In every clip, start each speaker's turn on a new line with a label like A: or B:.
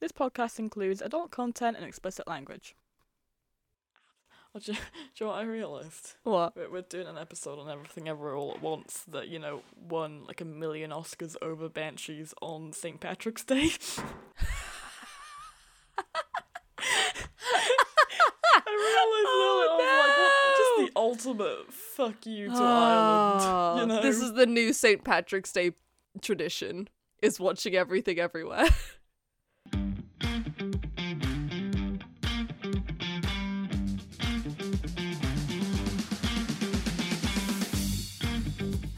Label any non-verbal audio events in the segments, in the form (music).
A: This podcast includes adult content and explicit language.
B: Oh, do, you, do you know what I realised?
C: (laughs)
A: What?
B: We're, we're doing an episode on everything everywhere all at once that, you know, won like a million Oscars over Banshees on St. Patrick's Day. (laughs) I realised
C: Oh,
B: that. I was like, what? just the ultimate fuck you to Ireland. You know?
C: Ah, This is the new St. Patrick's Day tradition is watching everything everywhere. (laughs)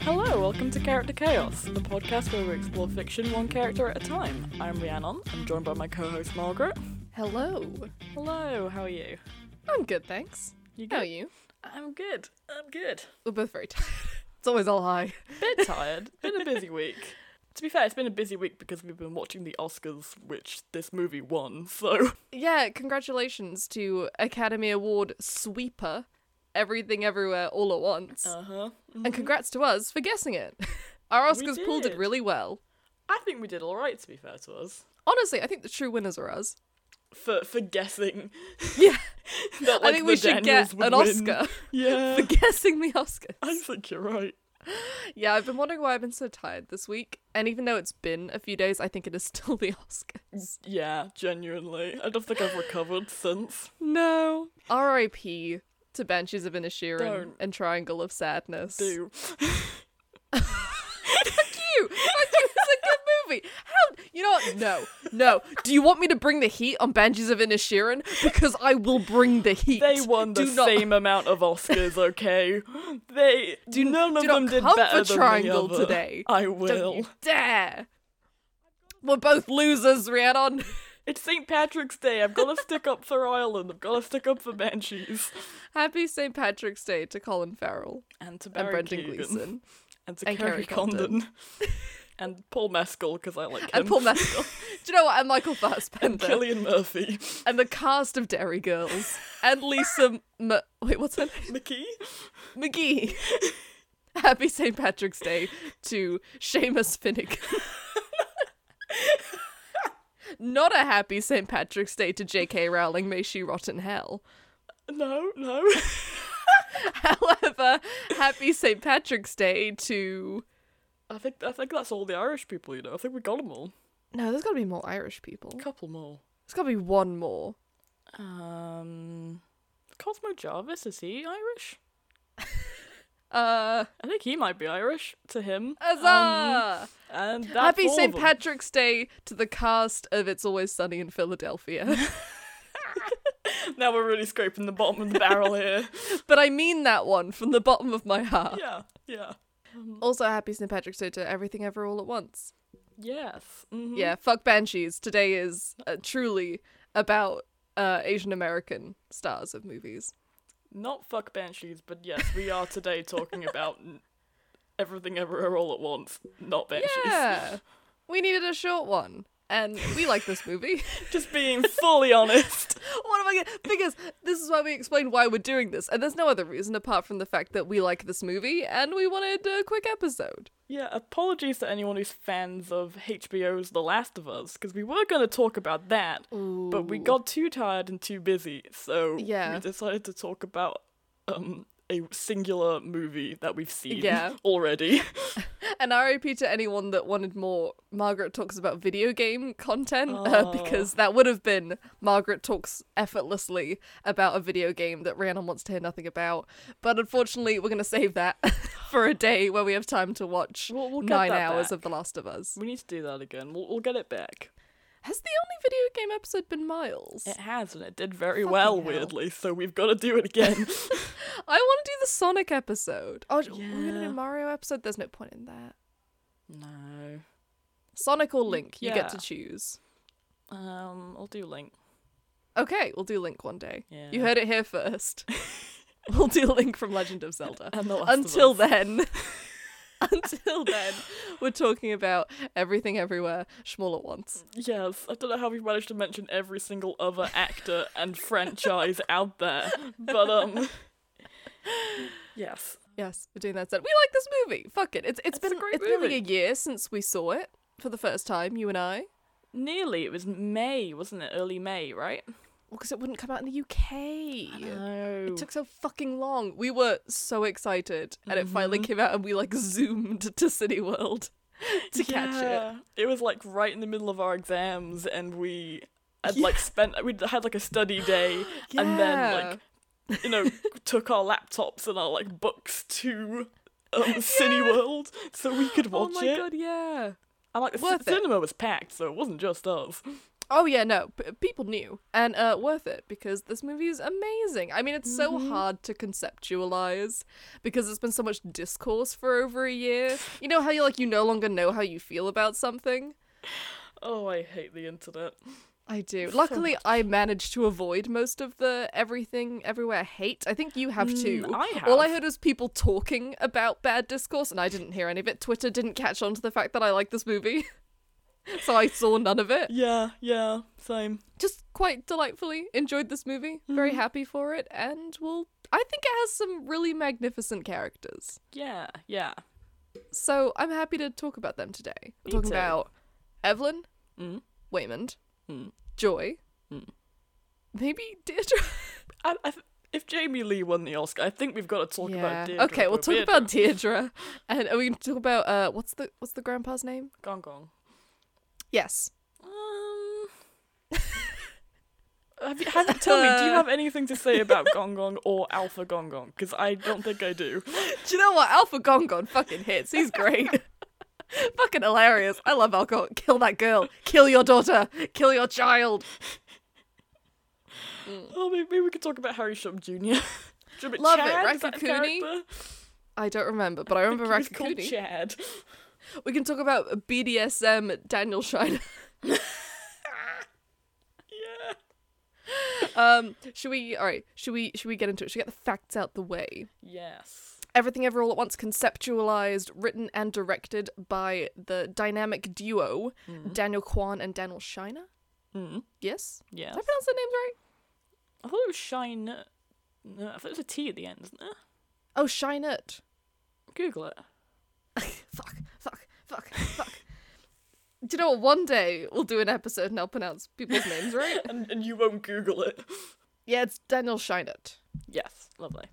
B: Hello, welcome to Character Chaos, the podcast where we explore fiction one character at a time. I'm Rhiannon. I'm joined by my co-host Margaret.
C: Hello.
B: Hello, how are you?
C: I'm good, thanks.
B: You
C: How are
B: good?
C: you?
B: I'm good. I'm good.
C: We're both very tired. (laughs) It's always all high.
B: Bit tired. been a busy week. To be fair, it's been a busy week because we've been watching the Oscars, which this movie won. So
C: Yeah, congratulations to Academy Award sweeper, Everything Everywhere All at Once.
B: huh.
C: and congrats to us for guessing it. (laughs) Our
B: Mm-hmm. We
C: Oscars pool did
B: did.
C: really well.
B: I think we did all right. To be fair to us,
C: Honestly, I think the true winners are us.
B: for for guessing
C: Yeah.
B: (laughs) that
C: I
B: like
C: think
B: the
C: we should
B: Daniels
C: get
B: would
C: an
B: win.
C: Oscar
B: (laughs)
C: (laughs)
B: Yeah,
C: for guessing the Oscars.
B: I think you're right.
C: Yeah, I've been wondering why I've been so tired this week. And even though it's been a few days, I think it is (laughs) still the Oscars.
B: Yeah, genuinely, I don't think I've recovered since.
C: No. R.I.P. to Banshees of Inisherin
B: Don't.
C: and Triangle of Sadness. (laughs)
B: Do
C: Fuck you! Fuck you! It's a good movie. How? You know what? No, no. Do you want me to bring the heat on Banshees of Inisherin? Because I will bring the heat.
B: they won the
C: Do not-
B: same amount of Oscars?
C: (laughs)
B: Okay, they do none of
C: do not
B: them did
C: come for
B: better than
C: Triangle
B: the other.
C: today.
B: I
C: Don't
B: will.
C: you dare! We're both losers, Rhiannon.
B: It's St. Patrick's Day. I've got to stick up for Ireland. I've got to stick up for Banshees
C: Happy St. Patrick's Day to Colin Farrell
B: and to
C: and
B: Barry
C: Brendan
B: Keoghan. (laughs)
C: Gleeson
B: and to
C: And
B: Kerry
C: Kerry
B: Condon,
C: (laughs)
B: and Paul Mescal because I like him.
C: and Paul Mescal. Do you know what? And Michael
B: and
C: Fassbender
B: Killian Murphy. (laughs)
C: and the cast of Dairy Girls and Lisa. M- Wait, what's her name?
B: McKee.
C: McGee. (laughs) Happy St. Patrick's Day to Seamus Finnick. (laughs) Not a happy St. Patrick's Day to J.K. Rowling, may she rot in hell. (laughs)
B: No, no.
C: However, happy St. Patrick's Day to.
B: I think I think that's all the Irish people. You know, I think we got them all.
C: No, there's gotta be more Irish people.
B: A couple more.
C: There's gotta be one more.
B: Um, Cosmo Jarvis is he Irish?
C: Uh,
B: I think he might be Irish to him. Um,
C: huzzah!
B: and that's
C: happy
B: all of
C: St.
B: them.
C: Patrick's Day to the cast of It's Always Sunny in Philadelphia. (laughs)
B: Now we're really scraping the bottom of the
C: (laughs)
B: barrel here.
C: but I mean that one from the bottom of my heart.
B: yeah, yeah,
C: Also, happy St. Patrick's Day to everything ever all at once.
B: yes. mhm.
C: Yeah, fuck Banshees. Today is uh, truly about uh, Asian American stars of movies.
B: Not fuck banshees, but yes, we are today talking about n- everything everywhere all at once. Not banshees.
C: Yeah, we needed a short one, and we like this movie.
B: (laughs)
C: (laughs)
B: Just being fully honest.
C: what am I gonna? Because this is why we explained why we're doing this, and there's no other reason apart from the fact that we like this movie and we wanted a quick episode.
B: Yeah, apologies to anyone who's fans of HBO's The Last of Us, because we were going to talk about that, but we got too tired and too busy, so
C: Yeah.
B: we decided to talk about um a singular movie that we've seen
C: Yeah.
B: (laughs) already.
C: An RIP to anyone that wanted more Margaret Talks About Video Game content, uh, because that would have been Margaret Talks effortlessly about a video game that Rhiannon wants to hear nothing about. But unfortunately, we're going to save that (laughs) for a day where we have time to watch
B: We'll- we'll get
C: nine
B: that
C: hours
B: back.
C: of The Last of Us.
B: we need to do that again. We'll, we'll get it back.
C: Has the only video game episode been Miles?
B: It has, and it did very
C: Fucking
B: well,
C: hell.
B: weirdly, so we've got to do
C: (laughs)
B: it again.
C: I want to do the Sonic episode. Oh, we're going to
B: Yeah.
C: do Mario episode? There's no point in that.
B: no.
C: Sonic or Link, you get to
B: yeah.
C: choose.
B: Um, I'll do Link.
C: Okay, we'll do Link one day.
B: Yeah.
C: You heard it here first. (laughs) we'll do Link from Legend of (laughs) Zelda.
B: (laughs) And the Last of
C: Until
B: (laughs) Us.
C: then, (laughs) until then, we're talking about everything everywhere, Schmoll at once.
B: Yes, I don't know how we've managed to mention every single other actor
C: (laughs)
B: and franchise out there, but um, yes,
C: Yes, we're doing that instead. We like this movie. Fuck it. It's it's
B: It's a
C: been
B: great
C: it's nearly
B: movie.
C: a year since we saw it for the first time. You and I.
B: nearly. It was May, wasn't it? Early May, right?
C: because it wouldn't come out in the UK.
B: No.
C: It took so fucking long. We were so excited, and it finally came out, and we like zoomed (laughs) to City World to catch it.
B: it. was like right in the middle of our exams, and we had
C: (laughs)
B: like spent we had like a study day, and then like you know (laughs) took our laptops and our like books to
C: (laughs)
B: um, Cineworld so we could
C: oh
B: watch
C: my
B: it.
C: god, yeah.
B: And like the c-
C: worth it.
B: cinema was packed, so it wasn't just us.
C: Oh yeah, no, p- people knew, and uh, worth it because this movie is amazing. I mean, it's so hard to conceptualize because there's been so much discourse for over a year. You know how you like you no longer know how you feel about something.
B: Oh, I hate the internet.
C: I do. Luckily, I managed to avoid most of the everything, everywhere hate. I think you have too.
B: I
C: All I
B: have.
C: heard was people talking about bad discourse, and I didn't hear any of it. Twitter didn't catch on to the fact that I like this movie, (laughs) so I saw none of it.
B: Yeah, yeah, same.
C: Just quite delightfully enjoyed this movie. Very
B: Mm-hmm.
C: happy for it, and well, I think it has some really magnificent characters.
B: Yeah, yeah.
C: So I'm happy to talk about them today. We're
B: Me
C: talking
B: too.
C: about Evelyn,
B: Mm.
C: Waymond,
B: Mm.
C: Joy,
B: Mm.
C: maybe Deirdre.
B: I, I th- if Jamie Lee won the Oscar, I think we've got to talk about Deirdre.
C: okay, we'll
B: but
C: talk
B: Deirdre-
C: about Deirdre, and we can talk about uh, what's the what's the grandpa's name?
B: Gong Gong.
C: Yes.
B: Um. (laughs) Have you, have, tell me,
C: (laughs)
B: do you have anything to say about Gong Gong or Alpha Gong Gong? Because I don't think I do.
C: Do you know what? Alpha Gongon fucking hits. He's great. (laughs) fucking hilarious. I love Alpha. Kill that girl. Kill your daughter. Kill your child.
B: Oh, maybe, maybe we could talk about Harry Shum (laughs) Jr. Remember
C: Love it,
B: Chad, is that a
C: Raku Cooney?
B: character?
C: I don't remember, but I
B: I think
C: remember
B: he was called
C: Rakakuni.
B: Chad. (laughs)
C: We can talk about BDSM um, Daniel Shiner.
B: Yeah.
C: (laughs) Um, should we? All right. Should we? Should we get into it? Should we get the facts out the way?
B: Yes.
C: Everything Ever All at Once conceptualized, written, and directed by the dynamic duo Daniel Kwan and Daniel Shiner.
B: Mm.
C: Yes?
B: Yeah.
C: Did I pronounce their names right?
B: I thought it was Shine. uh, No, I thought it was a T at the end, isn't there?
C: Oh, Shinert.
B: Google it.
C: (laughs) Fuck, fuck, fuck, fuck. Do you know what? One day we'll do an episode and I'll pronounce people's names right.
B: And, and you won't Google it.
C: (laughs) Yeah, it's Daniel Shinert.
B: Yes. Lovely.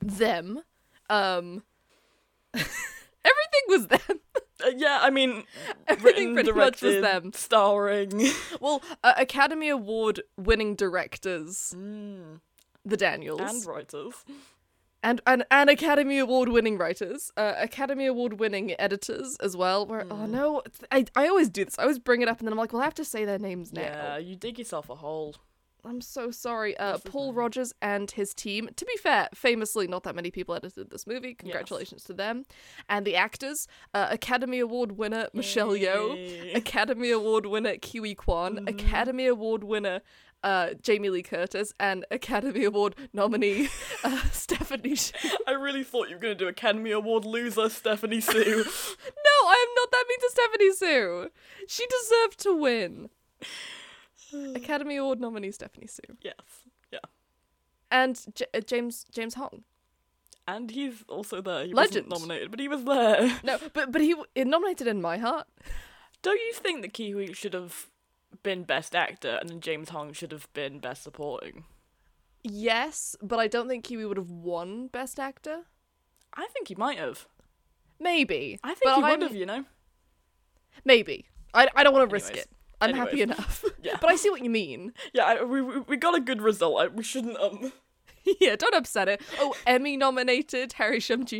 C: Them. Um. (laughs) Everything was them.
B: Uh, yeah, I (laughs) mean,
C: Everything
B: written,
C: pretty much
B: directed,
C: was them.
B: (laughs) starring.
C: Well, uh, Academy Award winning directors,
B: Mm.
C: the Daniels.
B: And writers.
C: and and, and Academy Award winning writers, uh, Academy Award winning editors as well. Where oh no, I, I always do this. I always bring it up and then I'm like, well, I have to say their names now.
B: Yeah, you dig yourself a hole.
C: I'm so sorry. Uh, Paul Rogers and his team. To be fair, famously, not that many people edited this movie. Congratulations to them, and the actors. Uh, Academy Award winner Michelle Yeoh,
B: Yay.
C: Academy Award winner Kiwi Kwan, Academy Award winner. Uh, Jamie Lee Curtis and Academy Award nominee (laughs) uh, Stephanie Sh-
B: I really thought you were going to do Academy Award loser Stephanie Sue.
C: No, I am not that mean to Stephanie Sue. She deserved to win. Academy Award nominee Stephanie Sue
B: (laughs) yes. Yeah.
C: and J- uh, James James Hong.
B: And he's also there. He
C: Legend.
B: wasn't nominated, but he was there. (laughs)
C: No, but but he w- it nominated in my heart.
B: Don't you think that Kiwi should have been best actor and then James Hong should have been best supporting?
C: Yes, but I don't think Kiwi would have won Best Actor.
B: I think he might have.
C: Maybe.
B: I think
C: But
B: he
C: I'm-
B: would have, you know?
C: Maybe. I, I don't want to risk
B: Anyways.
C: it. I'm happy
B: Anyways. (laughs)
C: enough.
B: Yeah.
C: But I see what you
B: (laughs)
C: mean.
B: Yeah, I, we, we we got a good result. I, we shouldn't um
C: yeah, don't upset it. Oh, Emmy nominated Harry Shum
B: (laughs)
C: Jr.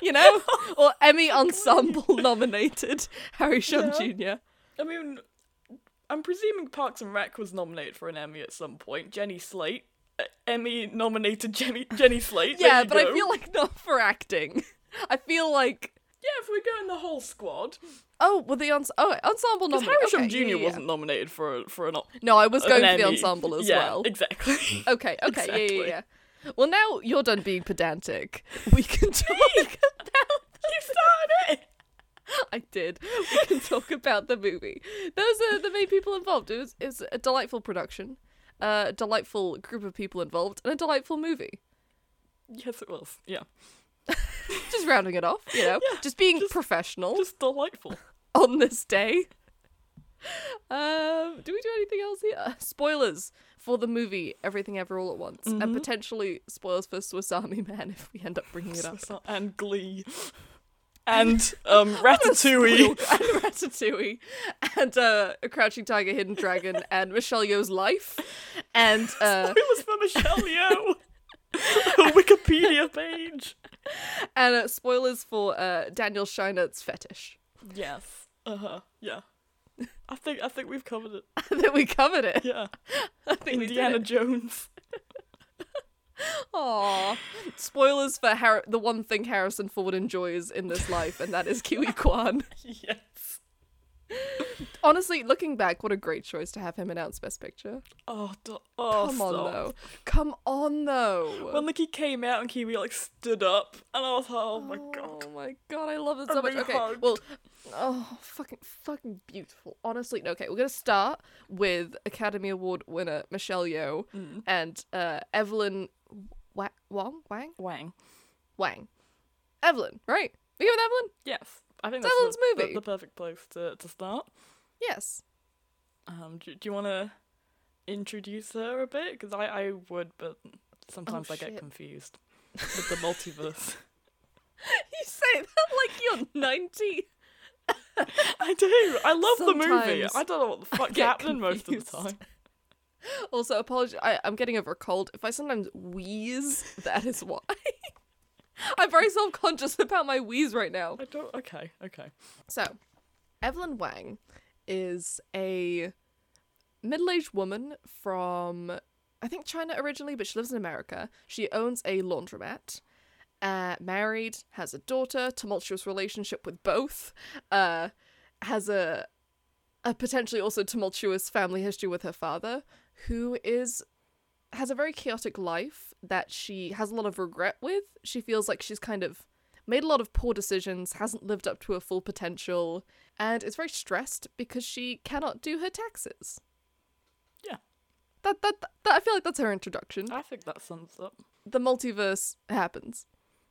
C: you
B: (laughs)
C: know? Or Emmy
B: Oh,
C: Ensemble (laughs) nominated Harry Shum Jr.
B: I mean, I'm presuming Parks and Rec was nominated for an Emmy at some point. Jenny Slate, uh, Emmy nominated Jenny Jenny Slate. there
C: Yeah,
B: you
C: but I
B: go.
C: feel like not for acting. (laughs) I feel like.
B: yeah, if we're going the whole squad,
C: Oh, well, the ense- oh, ensemble
B: because
C: nominated.
B: Harry Shum
C: okay,
B: Jr.
C: yeah, yeah, yeah.
B: wasn't nominated for a, for an. o-
C: No, I was going
B: an
C: for the
B: Emmy.
C: ensemble as
B: yeah,
C: well.
B: Exactly. (laughs)
C: Okay, okay, yeah, yeah,
B: Exactly.
C: yeah, yeah. Well, now you're done being
B: (laughs)
C: pedantic. We can talk (laughs) about.
B: you started it.
C: I did. We can talk about the movie. Those are the main people involved. It was, it was a delightful production, uh, a delightful group of people involved, and a delightful movie.
B: Yes, it was. Yeah.
C: just rounding it off, you
B: (laughs)
C: know, just being professional
B: Just (laughs) delightful.
C: (laughs) on this day. Um, do we do anything else here? (sighs) Uh, Spoilers for the movie Everything Ever All at Once, and potentially spoilers for Swiss Army (laughs) Man if we end up bringing it up.
B: and Glee. (laughs) And um,
C: Spoil-
B: Ratatouille.
C: (laughs) and Ratatouille, and uh, A Crouching Tiger, Hidden (laughs) Dragon, and Michelle Yeoh's (laughs) life, and
B: (laughs)
C: uh,
B: It was for Michelle Yeoh. (laughs) Her Wikipedia page.
C: and uh, spoilers for uh, Daniel Scheinert's fetish. (laughs)
B: Yes. Uh huh. Yeah. I think I think we've covered (laughs) it.
C: that we covered it.
B: Yeah.
C: I think we did
B: Indiana
C: it.
B: Jones. (laughs)
C: Aw. Spoilers for Har- the one thing Harrison Ford enjoys in this life, and that is (laughs) Kiwi Kwan.
B: Yes.
C: Honestly, looking back, what a great choice to have him announce Best Picture.
B: Oh, do- oh
C: Come
B: stop.
C: on though. Come on though.
B: When like he came out and Kiwi like stood up, and I was like, oh my god.
C: Oh my god, I love it so
B: And
C: much.
B: we
C: Okay,
B: hugged.
C: well, oh fucking fucking beautiful. Honestly, okay, we're gonna start with Academy Award winner Michelle Yeoh
B: Mm.
C: and uh, Evelyn Wa- Wang Wang
B: Wang.
C: Wang. Evelyn, right? We go with Evelyn.
B: Yes. I think that's
C: It's Ellen's
B: the, the-
C: movie.
B: The, perfect place to, to start. (laughs)
C: Yes.
B: Um, do, do you want to introduce her a bit? Because I, I would, but sometimes I
C: shit.
B: get confused
C: (laughs)
B: with the multiverse.
C: You say that like you're 90.
B: I do. I love the movie.
C: Sometimes
B: I don't know what the fuck's
C: get
B: happening most
C: confused.
B: of the time.
C: Also, apologize. I, I'm getting over a cold. If I sometimes wheeze, that is why. (laughs) I'm very self conscious about my wheeze right now.
B: I don't. Okay. Okay.
C: So, Evelyn Wang is a middle aged woman from, I think, China originally, but she lives in America. She owns a laundromat, uh, married, has a daughter, tumultuous relationship with both, uh, has a, a potentially also tumultuous family history with her father, who is has a very chaotic life that she has a lot of regret with. She feels like she's kind of made a lot of poor decisions, hasn't lived up to her full potential, and is very stressed because she cannot do her taxes.
B: Yeah.
C: That that, that I feel like that's her introduction.
B: I think that sums up.
C: The multiverse happens,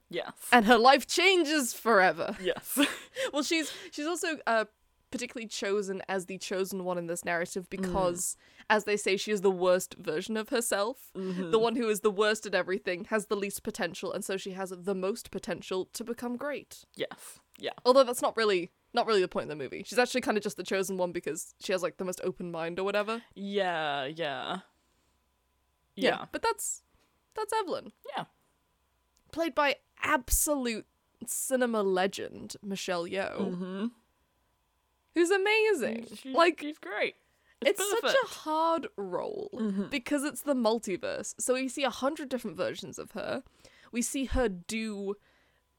B: Yes.
C: and her life changes forever.
B: yes. (laughs)
C: well, she's she's also uh, particularly chosen as the chosen one in this narrative because, as they say, she is the worst version of herself. The one who is the worst at everything has the least potential, and so she has the most potential to become great.
B: yes. Yeah.
C: Although that's not really not really the point of the movie. She's actually kind of just the chosen one because she has like the most open mind or whatever.
B: Yeah. Yeah. Yeah.
C: but that's that's Evelyn,
B: Yeah.
C: played by absolute cinema legend Michelle Yeoh, who's amazing.
B: Mm-hmm. She's,
C: like
B: she's great.
C: it's Mm-hmm. such
B: perfect.
C: a hard role because it's the multiverse. So we see a hundred different versions of her. We see her do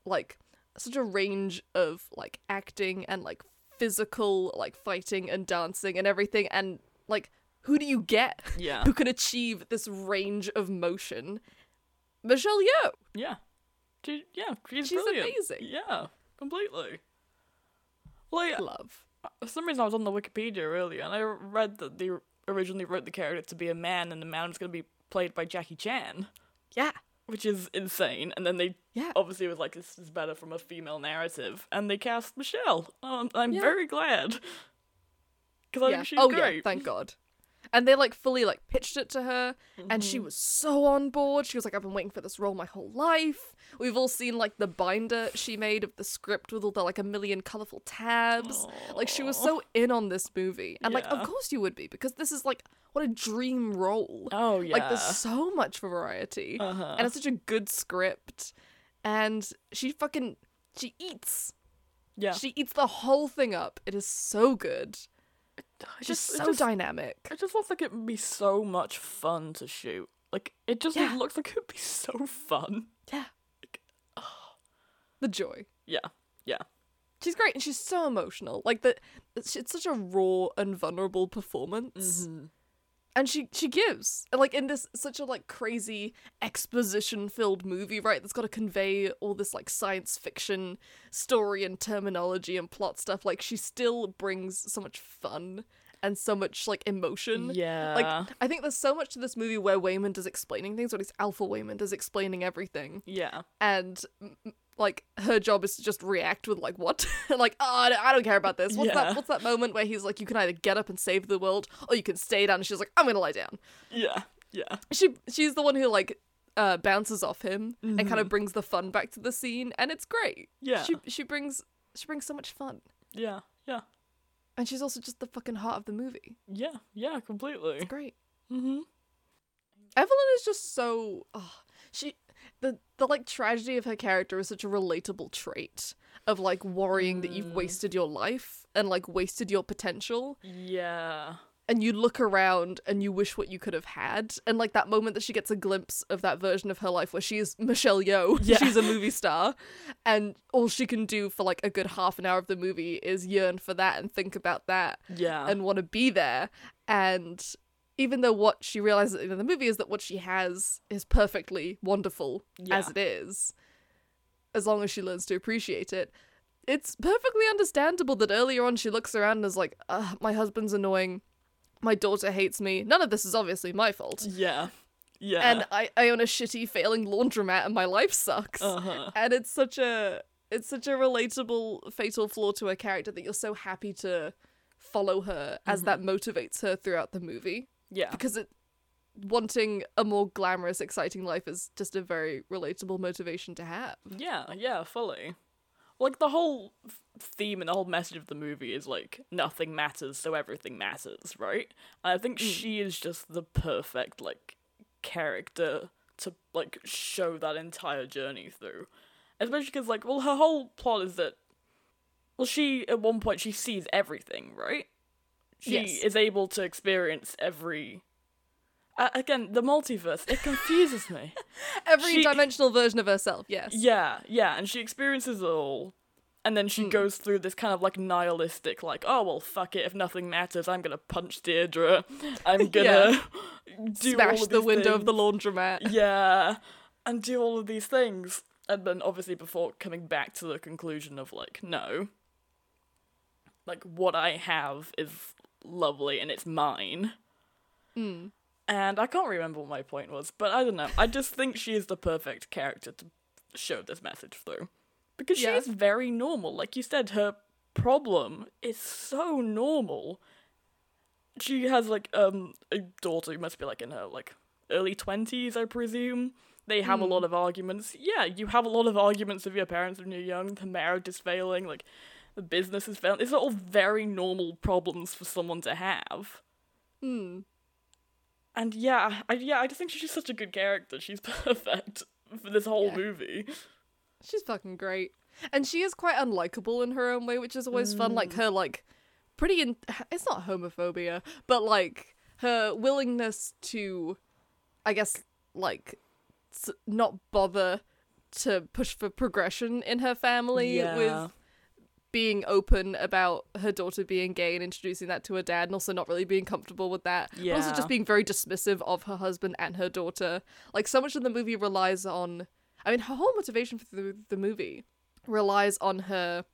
C: like such a range of like acting and like physical like fighting and dancing and everything and like who do you get (laughs)
B: Yeah.
C: who can achieve this range of motion? Michelle Yeoh.
B: Yeah. She, yeah, she's,
C: She's
B: brilliant.
C: amazing.
B: Yeah, completely. Like,
C: Love.
B: for some reason, I was on the Wikipedia earlier and I read that they originally wrote the character to be a man and the man was going to be played by Jackie Chan,
C: Yeah.
B: which is insane. And then they
C: Yeah.
B: obviously was like, this is better from a female narrative. And they cast Michelle. Um, I'm
C: Yeah.
B: very glad. Because I
C: yeah.
B: think she's
C: oh yeah,
B: great.
C: thank God. And they like fully like pitched it to her, and
B: Mm-hmm.
C: she was so on board. She was like, "I've been waiting for this role my whole life." We've all seen like the binder she made of the script with all the like a million colorful tabs. Like she was so in on this movie, and like of
B: Yeah.
C: course you would be because this is like what a dream role.
B: oh, yeah.
C: Like there's so much variety,
B: Uh-huh.
C: and it's such a good script, and she fucking she eats.
B: yeah.
C: She eats the whole thing up. It is so good.
B: It
C: Just uh,
B: it
C: so dynamic.
B: It just looks like it would be so much fun to shoot. Like it just
C: Yeah.
B: looks like it would be so fun.
C: Yeah. The joy.
B: Yeah, yeah,
C: She's great and she's so emotional. Like the it's, it's such a raw and vulnerable performance. And she she gives. And like in this such a like crazy exposition filled movie, right? That's got to convey all this like science fiction story and terminology and plot stuff. Like she still brings so much fun and so much like emotion.
B: yeah.
C: Like I think there's so much to this movie where Waymond is explaining things, or at least Alpha Waymond is explaining everything.
B: yeah,
C: and M- M- like her job is to just react with like what (laughs) and like oh I don't- I don't care about this what's
B: Yeah.
C: that what's that moment where he's like you can either get up and save the world or you can stay down and she's like I'm gonna lie down
B: Yeah. Yeah.
C: she she's the one who like uh bounces off him and kind of brings the fun back to the scene and it's great
B: Mm-hmm. Yeah.
C: she she brings she brings so much fun
B: Yeah. Yeah.
C: and she's also just the fucking heart of the movie
B: Yeah. Yeah. Completely.
C: it's great
B: Mm-hmm.
C: Evelyn is just so oh, she the the like tragedy of her character is such a relatable trait of like worrying that
B: Mm.
C: you've wasted your life and like wasted your potential
B: Yeah.
C: and you look around and you wish what you could have had and like that moment that she gets a glimpse of that version of her life where she is Michelle Yeoh (laughs)
B: Yeah.
C: she's a movie star and all she can do for like a good half an hour of the movie is yearn for that and think about that
B: Yeah.
C: and want to be there. And even though what she realizes at the end of the movie is that what she has is perfectly wonderful as
B: Yeah.
C: it is, as long as she learns to appreciate it, it's perfectly understandable that earlier on she looks around and is like, Ugh, my husband's annoying. My daughter hates me. None of this is obviously my fault.
B: yeah. Yeah.
C: And I, I own a shitty failing laundromat and my life sucks
B: uh-huh.
C: and it's such a it's such a relatable fatal flaw to her character that you're so happy to follow her as
B: Mm-hmm.
C: that motivates her throughout the movie
B: Yeah.
C: because it wanting a more glamorous exciting life is just a very relatable motivation to have
B: Yeah. Yeah. Fully. Like the whole f- theme and the whole message of the movie is like nothing matters, so everything matters, right? And I think she is just the perfect like character to like show that entire journey through, especially because like well her whole plot is that well she at one point she sees everything, right? She
C: Yes.
B: is able to experience every. Uh, again, the multiverse it confuses me.
C: every
B: She-
C: dimensional version of herself yes
B: Yeah, yeah, and she experiences it all. And then
C: Hmm.
B: she goes through this kind of like nihilistic, like, oh well, fuck it, if nothing matters, I'm gonna punch Deirdre,
C: (laughs)
B: I'm gonna (laughs) do all
C: smash
B: of
C: the
B: these
C: window of the
B: things."
C: laundromat
B: (laughs) yeah, and do all of these things, and then obviously before coming back to the conclusion of like, no, like what I have is lovely and it's mine. And I can't remember what my point was, but I don't know. I just think she is the perfect character to show this message through. Because she
C: Yeah.
B: is very normal. Like you said, her problem is so normal. She has like um a daughter who must be like in her like early twenties, I presume. They have a lot of arguments. Yeah, you have a lot of arguments with your parents when you're young. The marriage is failing. Like the business is failing. These are all very normal problems for someone to have.
C: Hmm.
B: And yeah, I, yeah, I just think she's just such a good character. She's (laughs) perfect for this whole
C: Yeah.
B: movie.
C: She's fucking great. And she is quite unlikable in her own way, which is always fun. Like her like pretty in- (sighs) it's not homophobia, but like her willingness to I guess like s- not bother to push for progression in her family
B: Yeah.
C: with being open about her daughter being gay and introducing that to her dad and also not really being comfortable with that but also
B: Yeah.
C: just being very dismissive of her husband and her daughter like so much of the movie relies on i mean her whole motivation for the, the movie relies on her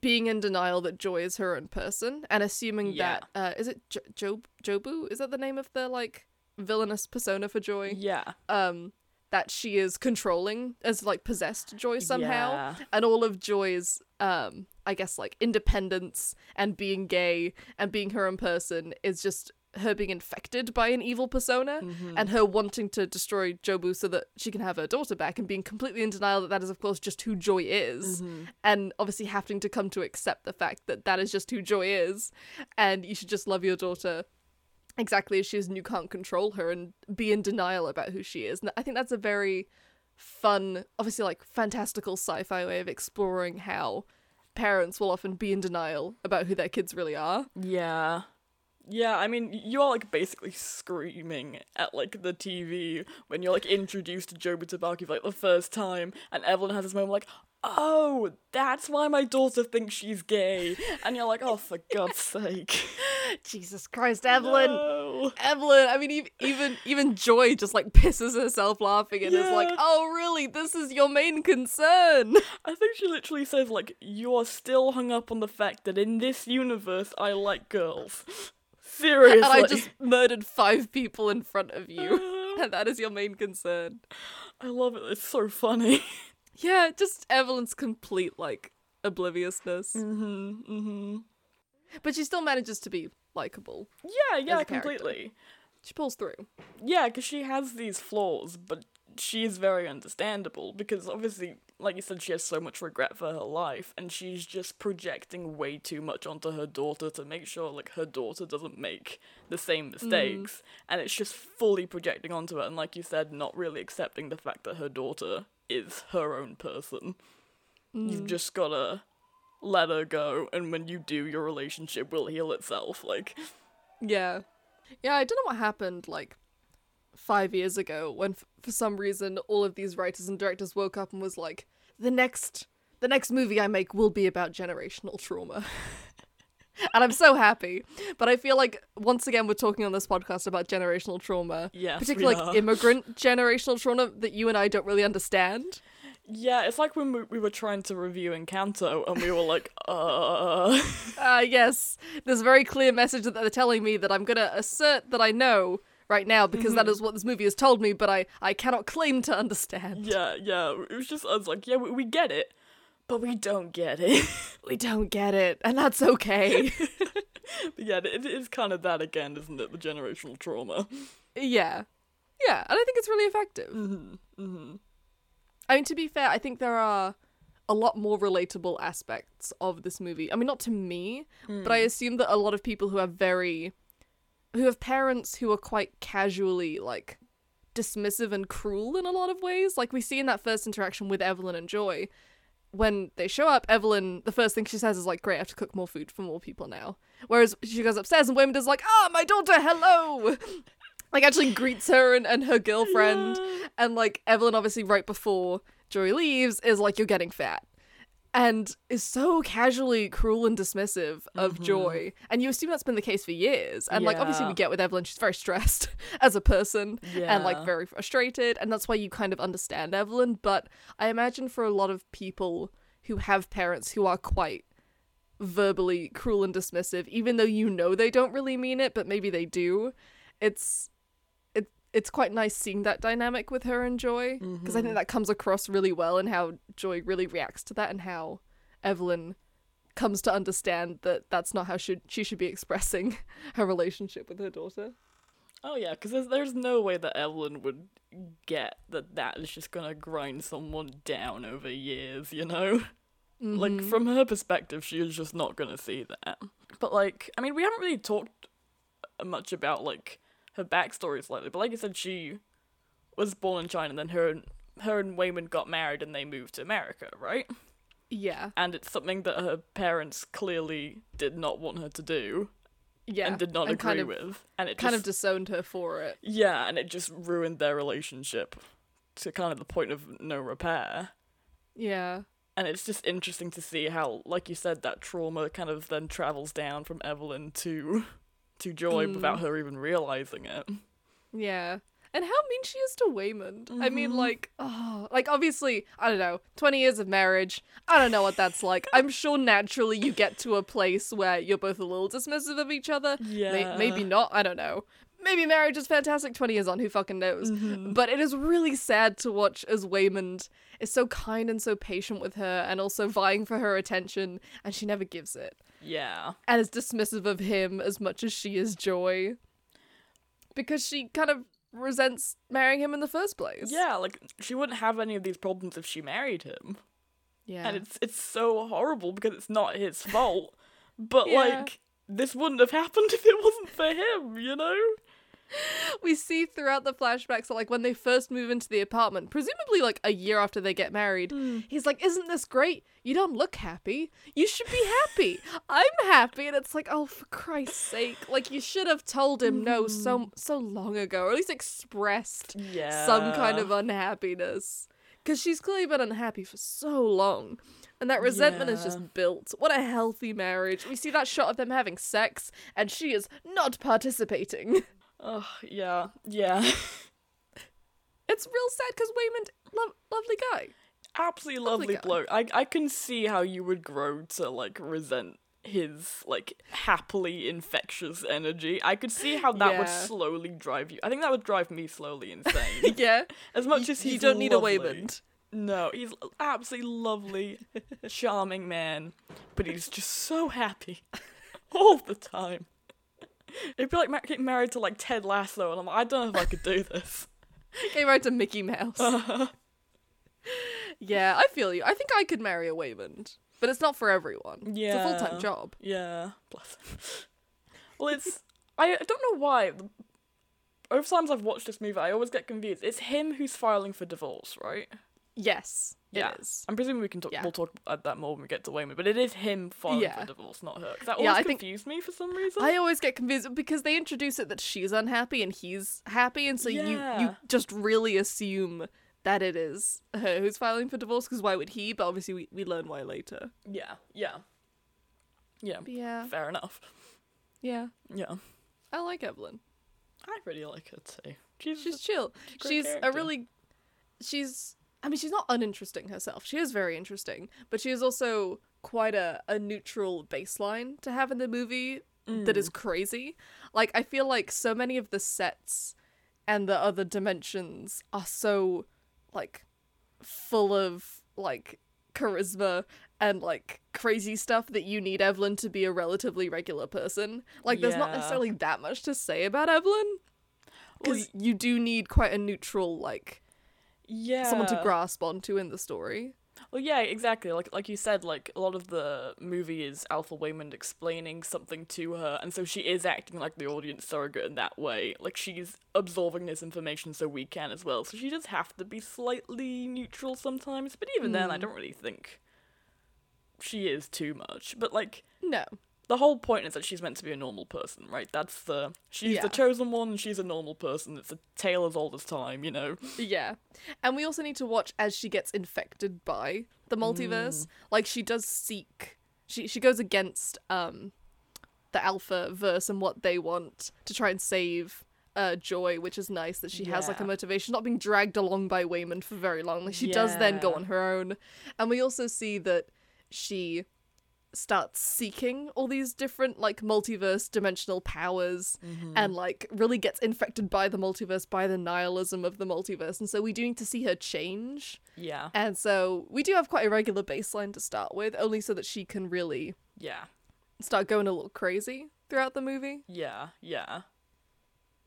C: being in denial that joy is her own person and assuming
B: Yeah.
C: that uh is it jo- job jobu is that the name of the like villainous persona for joy
B: Yeah.
C: um that she is controlling as like possessed joy somehow
B: Yeah.
C: and all of joy's um i guess like independence and being gay and being her own person is just her being infected by an evil persona and her wanting to destroy jobu so that she can have her daughter back and being completely in denial that that is of course just who joy is and obviously having to come to accept the fact that that is just who joy is and you should just love your daughter exactly as she is and you can't control her and be in denial about who she is and i think that's a very fun, obviously like fantastical sci-fi way of exploring how parents will often be in denial about who their kids really are.
B: Yeah. Yeah, I mean, you are like basically screaming at like the TV when you're like introduced to Jobu Tabaki for like the first time, and Evelyn has this moment like, "Oh, that's why my daughter thinks she's gay," and you're like, "Oh, for
C: (laughs)
B: God's sake,
C: Jesus Christ, Evelyn.
B: no."
C: Evelyn, I mean, ev- even even Joy just like pisses herself laughing and is like,
B: Yeah.
C: "Oh, really? This is your main concern?" (laughs)
B: I think she literally says like, "You are still hung up on the fact that in this universe I like girls." Seriously,
C: And I just murdered five people (laughs) in front of you, and that is your main concern.
B: I love it. It's so funny.
C: Yeah, just Evelyn's complete like obliviousness,
B: Mm-hmm. Mm-hmm.
C: but she still manages to be likable.
B: Yeah, yeah,
C: a character.
B: completely.
C: She pulls through.
B: Yeah, because she has these flaws, but she is very understandable because obviously, like you said, she has so much regret for her life, and she's just projecting way too much onto her daughter to make sure like her daughter doesn't make the same mistakes, and it's just fully projecting onto her, and like you said, not really accepting the fact that her daughter is her own person. You've just gotta let her go, and when you do, your relationship will heal itself. Like,
C: Yeah, yeah. I don't know what happened like five years ago when f- for some reason all of these writers and directors woke up and was like, the next the next movie I make will be about generational trauma. (laughs) And I'm so happy. But I feel like, once again, we're talking on this podcast about generational trauma.
B: yes, we
C: particularly
B: are. (laughs)
C: like immigrant generational trauma that you and I don't really understand.
B: Yeah, it's like when we, we were trying to review Encanto and we were like, (laughs) uh.
C: Uh yes, there's a very clear message that they're telling me that I'm going to assert that I know right now because
B: Mm-hmm.
C: that is what this movie has told me, but I I cannot claim to understand.
B: Yeah, yeah. It was just us like, yeah, we, we get it, but we don't get it. (laughs)
C: We don't get it, and that's okay.
B: but yeah, it, it is kind of that again, isn't it? The generational trauma.
C: (laughs) yeah. Yeah, and I think it's really effective.
B: Mm-hmm. Mm-hmm.
C: I mean, to be fair, I think there are a lot more relatable aspects of this movie. I mean, not to me, but
B: Mm.
C: I assume that a lot of people who have very, who have parents who are quite casually like dismissive and cruel in a lot of ways. Like we see in that first interaction with Evelyn and Joy, when they show up, Evelyn, the first thing she says is like, "Great, I have to cook more food for more people now." Whereas she goes upstairs and Wayman's like, "Ah, my daughter, hello." (laughs) Like actually greets her and, and her girlfriend and like Evelyn obviously right before Joy leaves is like you're getting fat and is so casually cruel and dismissive of Joy. And you assume that's been the case for years. And like obviously
B: Yeah.
C: we get with Evelyn, she's very stressed (laughs) as a person
B: Yeah.
C: and like very frustrated. And that's why you kind of understand Evelyn. But I imagine for a lot of people who have parents who are quite verbally cruel and dismissive, even though you know they don't really mean it, but maybe they do, it's it it's quite nice seeing that dynamic with her and Joy. Because I think that comes across really well and how Joy really reacts to that and how Evelyn comes to understand that that's not how should she should be expressing (laughs) her relationship with her daughter.
B: Oh, yeah, because there's, there's no way that Evelyn would get that that is just going to grind someone down over years, you know? Like,
C: Mm-hmm.
B: from her perspective, she is just not going to see that. But, like, I mean, we haven't really talked uh, much about, like, her backstory slightly, but like I said, she was born in China, and then her and, her and Wayman got married and they moved to America, right?
C: Yeah.
B: And it's something that her parents clearly did not want her to do
C: Yeah.
B: and did not
C: and
B: agree
C: kind of,
B: with. And it
C: Kind
B: just,
C: of disowned her for it.
B: yeah, and it just ruined their relationship to kind of the point of no repair.
C: Yeah.
B: And it's just interesting to see how, like you said, that trauma kind of then travels down from Evelyn to to Joy
C: Hmm.
B: without her even realizing it.
C: Yeah. And how mean she is to Waymond. I
B: Mm-hmm.
C: mean, like, oh, like obviously, I don't know, 20 years of marriage. I don't know what that's like. I'm sure naturally you get to a place where you're both a little dismissive of each other. May-
B: Yeah.
C: maybe not. I don't know. Maybe marriage is fantastic 20 years on. Who fucking knows?
B: Mm-hmm.
C: But it is really sad to watch as Waymond is so kind and so patient with her and also vying for her attention and she never gives it
B: Yeah.
C: and is dismissive of him as much as she is Joy. Because she kind of resents marrying him in the first place.
B: Yeah, like she wouldn't have any of these problems if she married him.
C: Yeah.
B: And it's it's so horrible because it's not his fault. But
C: Yeah.
B: like this wouldn't have happened (laughs) if it wasn't for him, you know?
C: we see throughout the flashbacks that like when they first move into the apartment, presumably like a year after they get married, he's like, Isn't this great? You don't look happy. You should be happy. I'm happy and it's like, oh for Christ's sake. Like you should have told him no so so long ago, or at least expressed
B: Yeah.
C: some kind of unhappiness. Because she's clearly been unhappy for so long. And that resentment is
B: Yeah.
C: just built. What a healthy marriage. We see that shot of them having sex, and she is not participating.
B: Oh, yeah. Yeah.
C: It's real sad because Waymond, lo- lovely guy.
B: absolutely
C: Lovely
B: lovely
C: guy.
B: bloke. I I can see how you would grow to like resent his like happily infectious energy. I could see how that would
C: Yeah.
B: slowly drive you. I think that would drive me slowly insane.
C: (laughs) Yeah.
B: As much as he's
C: you don't need a (laughs)
B: lovely.
C: Waymond.
B: No, he's an
C: (laughs)
B: absolutely lovely, charming man, but he's just so happy (laughs) all the time. It'd be like ma- getting married to like Ted Lasso, and I'm like, I don't know if I could do this.
C: Came out to Mickey Mouse. yeah, I feel you. I think I could marry a Waymond, but it's not for everyone. It's a full
B: Yeah.
C: time job.
B: Yeah, bless him. (laughs) Well, it's I, I don't know why. the- Over times I've watched this movie, I always get confused. It's him who's filing for divorce, right?
C: Yes,
B: Yeah.
C: it is.
B: I'm presuming we can talk.
C: Yeah.
B: We'll talk about that more when we get to Wayman, but it is him filing
C: Yeah.
B: for divorce, not her. 'Cause That
C: Yeah, I
B: always
C: think-
B: confused me for some reason.
C: I always get confused because they introduce it that she's unhappy and he's happy, and so you you
B: Yeah.
C: just really assume that it is her who's filing for divorce. Because why would he? But obviously we, we learn why later.
B: Yeah, yeah, yeah.
C: But yeah,
B: Fair enough.
C: yeah.
B: Yeah,
C: I like Evelyn.
B: I really like her too. She's,
C: She's
B: just
C: chill.
B: great
C: she's a
B: character.
C: really she's i mean she's not uninteresting herself she is very interesting but she is also quite a, a neutral baseline to have in the movie that
B: Mm.
C: is crazy like i feel like so many of the sets and the other dimensions are so like full of like charisma and like crazy stuff that you need evelyn to be a relatively regular person like there's not
B: Yeah.
C: necessarily that much to say about evelyn
B: Well,
C: because you do need quite a neutral like
B: yeah.
C: someone to grasp onto in the story.
B: Well, yeah, exactly. Like like you said, like a lot of the movie is Alpha Waymond explaining something to her, and so she is acting like the audience surrogate in that way. Like she's absorbing this information so we can as well. So she does have to be slightly neutral sometimes. But even then, I don't really think she is too much. But like
C: No.
B: the whole point is that she's meant to be a normal person, right? That's the she's
C: Yeah.
B: the chosen one, and she's a normal person. It's a tale as old as time, you know.
C: Yeah. And we also need to watch as she gets infected by the
B: Mm.
C: multiverse. Like she does seek she she goes against um the alpha verse and what they want to try and save uh Joy, which is nice that she has like a
B: Yeah.
C: motivation, not being dragged along by Wayman for very long. Like she does then go
B: Yeah.
C: on her own. And we also see that she starts seeking all these different like multiverse dimensional powers
B: Mm-hmm.
C: and like really gets infected by the multiverse by the nihilism of the multiverse and so we do need to see her change
B: Yeah,
C: and so we do have quite a regular baseline to start with only so that she can really
B: yeah.
C: start going a little crazy throughout the movie
B: Yeah, yeah,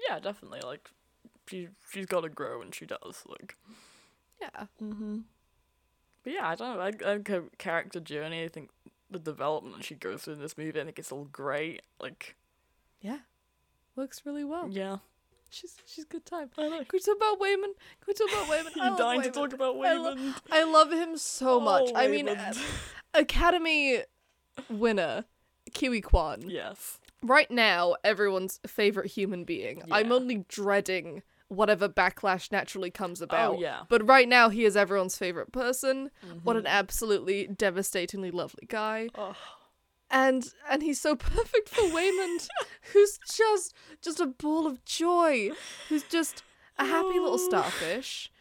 B: yeah. Definitely, like she she's got to grow, and she does. Like,
C: yeah
B: but yeah, I don't know. Like, like her character journey, I think the development that she goes through in this movie, I think it's all great. Like,
C: yeah works really well
B: yeah,
C: she's she's a good time
B: I know.
C: can we talk about Wayman can we talk about
B: (laughs)
C: Wayman I
B: You're
C: love
B: dying to
C: Wayman.
B: talk about Oh,
C: I lo-
B: Wayland.
C: I love him so much I mean uh, Academy winner Kiwi Kwan
B: (laughs) yes,
C: right now everyone's favorite human being. I'm
B: Yeah.
C: only dreading whatever backlash naturally comes about.
B: Oh, yeah. Mm-hmm.
C: But right now he is everyone's favorite person. What an absolutely devastatingly lovely guy.
B: Oh.
C: And and he's so (laughs) perfect for Waymond, who's just just a ball of joy, who's just a happy little starfish.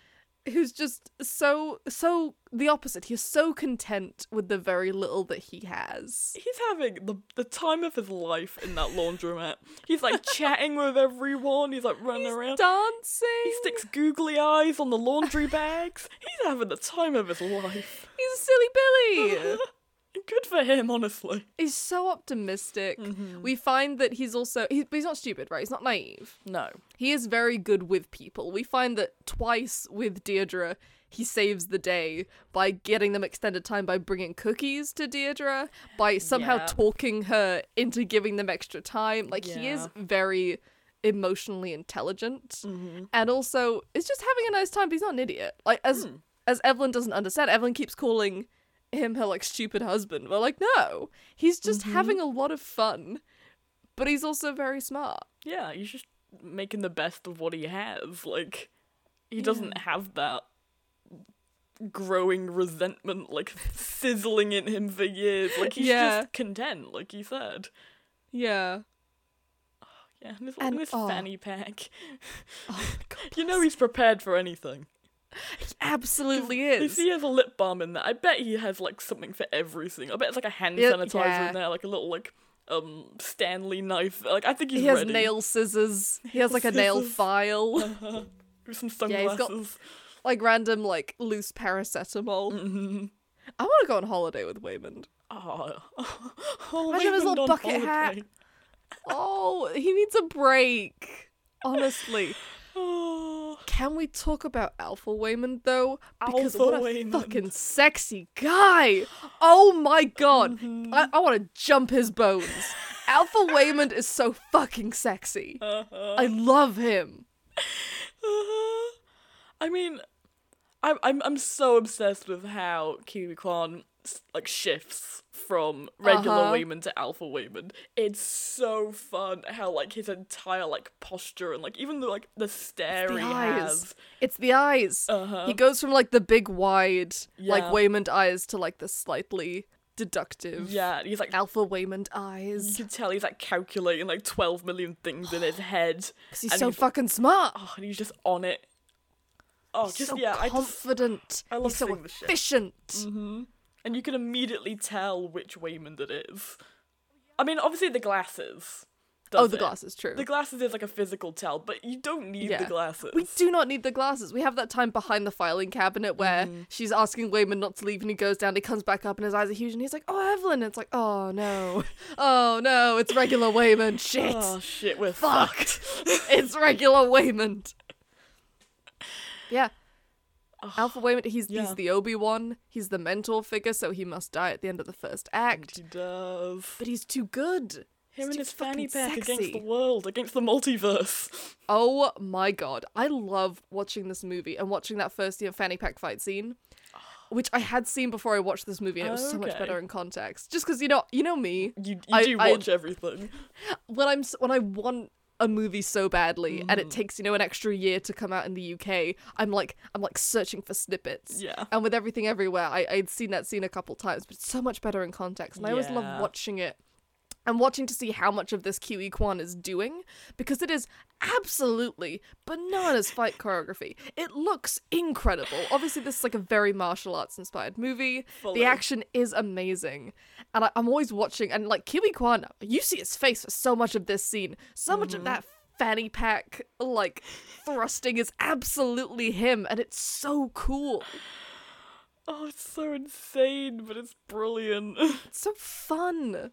C: Who's just so so the opposite. He's so content with the very little that he has.
B: he's having the the time of his life in that laundromat.
C: (laughs)
B: He's like chatting with everyone. He's like running around.
C: Dancing.
B: he sticks googly eyes on the laundry bags. He's having the time of his life.
C: He's a silly
B: (laughs)
C: Billy.
B: Good for him, honestly.
C: he's so optimistic. We find that he's also he, but he's not stupid, right? He's not naive.
B: No.
C: He is very good with people. We find that twice with Deirdre, he saves the day by getting them extended time by bringing cookies to Deirdre, by somehow
B: Yeah.
C: talking her into giving them extra time. Like he is very emotionally intelligent and also is just having a nice time but he's not an idiot like as as evelyn doesn't understand evelyn keeps calling him her like stupid husband we're like no he's just having a lot of fun but he's also very smart
B: Yeah, he's just making the best of what he has. Like, he doesn't have that growing resentment, like, sizzling in him for years. Like, he's
C: Yeah.
B: just content, like you said.
C: yeah
B: Yeah, and this,
C: And-
B: this
C: oh. (laughs)
B: fanny pack.
C: (laughs) oh my god
B: You know he's prepared for anything.
C: he absolutely
B: If
C: is
B: he has a lip balm in there, I bet he has, like, something for everything. I bet it's, like, a hand
C: Yeah,
B: sanitizer
C: yeah.
B: in there, like, a little, like, um, Stanley knife. Like, I think he's
C: he has
B: ready.
C: nail scissors he has like a nail
B: Scissors.
C: file
B: (laughs) With some
C: Yeah, he's
B: sunglasses.
C: got- like random like loose paracetamol.
B: (laughs) Mhm.
C: I want to go on holiday with Waymond.
B: Oh, (laughs) oh
C: Imagine his
B: Raymond
C: little
B: on
C: bucket hat.
B: holiday.
C: Oh, he needs a break. Honestly,
B: Oh,
C: can we talk about Alpha Waymond though? Because
B: Alpha
C: what a
B: Waymond.
C: fucking sexy guy! Oh my god,
B: Mm-hmm.
C: I, I want to jump his bones. Alpha Waymond is so fucking sexy.
B: uh-huh.
C: I love him.
B: Uh-huh. (sighs) I mean, I'm I'm I'm so obsessed with how Kiwi Kwan s- like shifts from regular
C: Uh-huh.
B: Wayman to Alpha Wayman. It's so fun how like his entire like posture and like even the like the stare
C: The
B: he
C: eyes.
B: has.
C: It's the eyes.
B: Uh-huh.
C: He goes from like the big wide, like
B: Yeah.
C: Waymond eyes to like the slightly deductive
B: yeah, he's like
C: Alpha Waymond
B: you
C: eyes.
B: can tell he's like calculating like twelve million things
C: (gasps)
B: in his head.
C: Because he's
B: and
C: so
B: he's-
C: fucking smart.
B: Oh, and he's just on it. Oh,
C: he's
B: just
C: so
B: yeah, I just
C: confident.
B: I love
C: he's so
B: seeing this shit. Mm-hmm.
C: efficient.
B: and you can immediately tell which Waymond it is. I mean, obviously the glasses.
C: Oh,
B: does
C: the
B: it.
C: glasses, true.
B: The glasses is like a physical tell, but you don't need
C: Yeah.
B: the glasses.
C: we do not need the glasses. We have that time behind the filing cabinet where
B: Mm-hmm.
C: she's asking Wayman not to leave and he goes down, he comes back up and his eyes are huge and he's like, Oh Evelyn and it's like, Oh no. (laughs) Oh no, it's regular Wayman. Shit.
B: Oh shit, we're
C: fucked.
B: (laughs)
C: it's regular Waymond. Yeah. Alpha Waymond, he's,
B: yeah.
C: he's the Obi Wan. He's the mentor figure, so he must die at the end of the first act.
B: He does.
C: But he's too good.
B: Him and
C: too
B: his fanny
C: fucking
B: pack against
C: sexy.
B: the world, against the multiverse. (laughs)
C: Oh my god. I love watching this movie and watching that first year fanny pack fight scene. Which I had seen before I watched this movie and it was so much
B: Okay.
C: better in context. Just because you know you know me.
B: You, you
C: I-
B: do
C: I-
B: watch everything.
C: when I'm s- when I want a movie so badly and it takes you know an extra year to come out in the UK, I'm like I'm like searching for snippets.
B: Yeah.
C: (laughs) And with everything everywhere, I I'd seen that scene a couple times, but it's so much better in context, and I always love
B: Yeah.
C: watching it. And watching to see how much of this QE Kwan is doing because it is absolutely bananas fight choreography. It looks incredible. Obviously, this is like a very martial arts inspired movie.
B: Fully.
C: The action is amazing. And I, I'm always watching, and like Kiwi Kwan, you see his face for so much of this scene, so much
B: Mm.
C: of that fanny pack, like thrusting is absolutely him, and it's so cool.
B: Oh, it's so insane, but it's brilliant. (laughs)
C: It's so fun.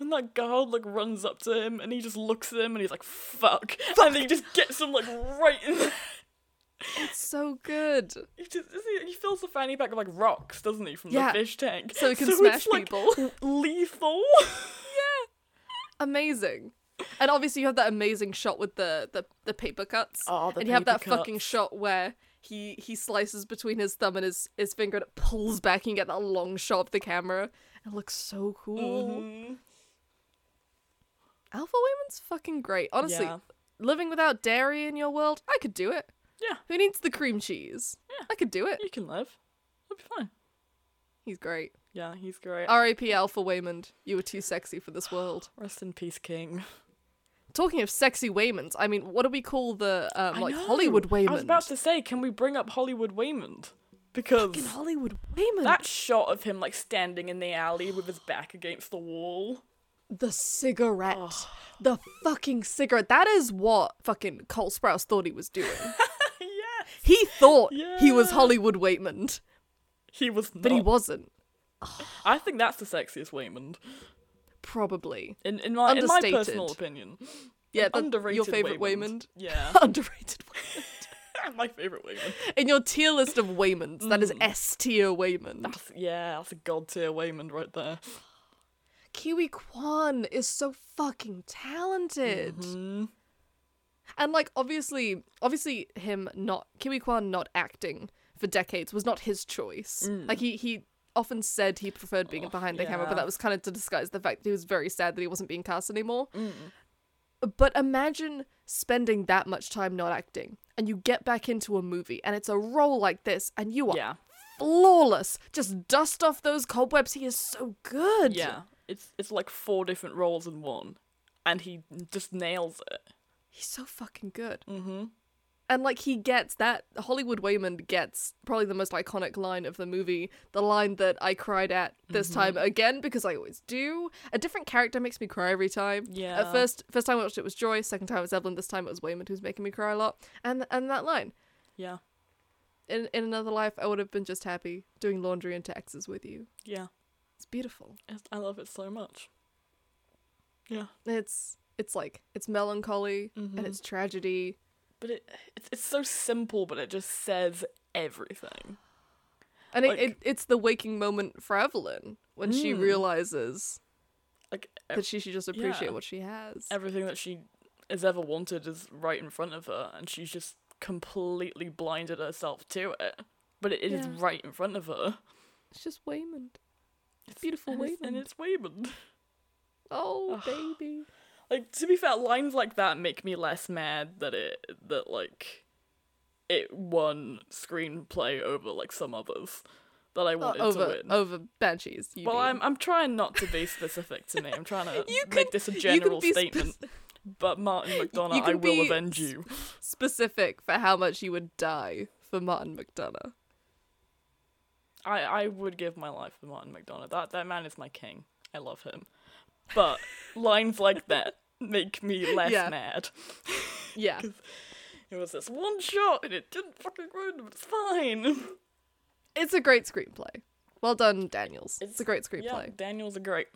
B: and that guard like runs up to him, and he just looks at him, and he's like, "Fuck!" And then he just gets him like right in. The-
C: It's so good.
B: He just is he, he fills the fanny pack with like rocks, doesn't he, from
C: Yeah.
B: the fish tank?
C: So he
B: (laughs)
C: can
B: it's,
C: smash
B: like,
C: people.
B: (laughs) Lethal. (laughs)
C: amazing. And obviously you have that amazing shot with the the, the paper cuts.
B: Oh, the
C: and you have
B: paper
C: that fucking
B: cuts.
C: shot where he he slices between his thumb and his, his finger and it pulls back and you get that long shot of the camera. It looks so cool.
B: Mhm.
C: Alpha Women's fucking great. Honestly,
B: Yeah.
C: living without dairy in your world, I could do it.
B: Yeah.
C: Who needs the cream cheese?
B: Yeah.
C: I could do it.
B: You can live. It'll be fine.
C: He's great.
B: Yeah, he's great.
C: R.A.P. Alpha Waymond, you were too sexy for this world.
B: Rest in peace, King.
C: Talking of sexy Waymans, I mean, what do we call the um,
B: I
C: like
B: know.
C: Hollywood Waymond?
B: I was about to say, can we bring up Hollywood Waymond? Because
C: Fucking Hollywood Waymond.
B: that shot of him like standing in the alley with his back against the wall. (laughs)
C: the cigarette. The fucking cigarette. That is what fucking Cole Sprouse thought he was doing.
B: (laughs) yes.
C: he thought he was
B: Yeah.
C: Hollywood Waymond,
B: He was not.
C: but he wasn't.
B: I think that's the sexiest Waymond.
C: Probably.
B: In in my in my personal
C: Understated.
B: opinion. (laughs)
C: Yeah, the,
B: Underrated
C: your favorite Waymond.
B: Yeah.
C: (laughs) Underrated Waymond.
B: my favorite (laughs) Waymond.
C: In your tier list of Waymans, that
B: Mm.
C: is S tier Waymond.
B: That's, yeah, that's a god tier Waymond right there.
C: Kiwi Kwan is so fucking talented.
B: Mm-hmm.
C: And like obviously obviously him not Kiwi Kwan not acting for decades was not his choice. Like he he often said he preferred being behind the camera, but
B: Mm. yeah.
C: that was kind of to disguise the fact that he was very sad that he wasn't being cast anymore.
B: Mm.
C: But imagine spending that much time not acting and you get back into a movie and it's a role like this and you are
B: Yeah.
C: flawless. Just dust off those cobwebs. He is so good.
B: Yeah, it's it's like four different roles in one, and he just nails it.
C: He's so fucking good. Mm-hmm. And like he gets that Hollywood Waymond gets probably the most iconic line of the movie, the line that I cried at this time again because I always do. A different character makes me cry every time.
B: Yeah.
C: At first, first time I watched it was Joy. Second time it was Evelyn. This time it was Waymond who's making me cry a lot. And and that line,
B: Yeah,
C: in, in another life, I would have been just happy doing laundry and taxes with you.
B: Yeah,
C: It's beautiful.
B: It's- I love it so much. Yeah,
C: It's it's like it's melancholy and it's tragedy.
B: but it it's, it's so simple, but it just says everything.
C: And it,
B: Like-
C: it, it's the waking moment for Evelyn when she
B: Mm.
C: realizes
B: Like e-
C: that she should just appreciate
B: yeah.
C: what she has.
B: everything that she has ever wanted is right in front of her, and she's just completely blinded herself to it. But it is
C: Yeah.
B: right in front of her.
C: It's just Waymond.
B: It's
C: beautiful
B: and it's- and
C: Waymond.
B: it's Waymond.
C: Oh,
B: Ugh.
C: baby.
B: Like to be fair, lines like that make me less mad that it that like it won screenplay over like some others that I
C: Well,
B: wanted
C: Uh, over
B: to win.
C: over banshees. You
B: well,
C: mean.
B: I'm I'm trying not to be specific to me. I'm trying to
C: (laughs) You
B: make this a general
C: be
B: statement.
C: (laughs)
B: But Martin McDonough, I
C: can
B: will
C: be
B: avenge you.
C: (laughs) specific for how much you would die for Martin McDonough.
B: I I would give my life for Martin McDonough. That that man is my king. I love him. But
C: (laughs)
B: lines like that make me less
C: Yeah.
B: mad.
C: Yeah,
B: It was this one shot and it didn't fucking ruin him. It's fine.
C: it's a great screenplay. Well done, Daniels. It's,
B: It's-
C: a great
B: Yeah,
C: screenplay.
B: Daniels are great.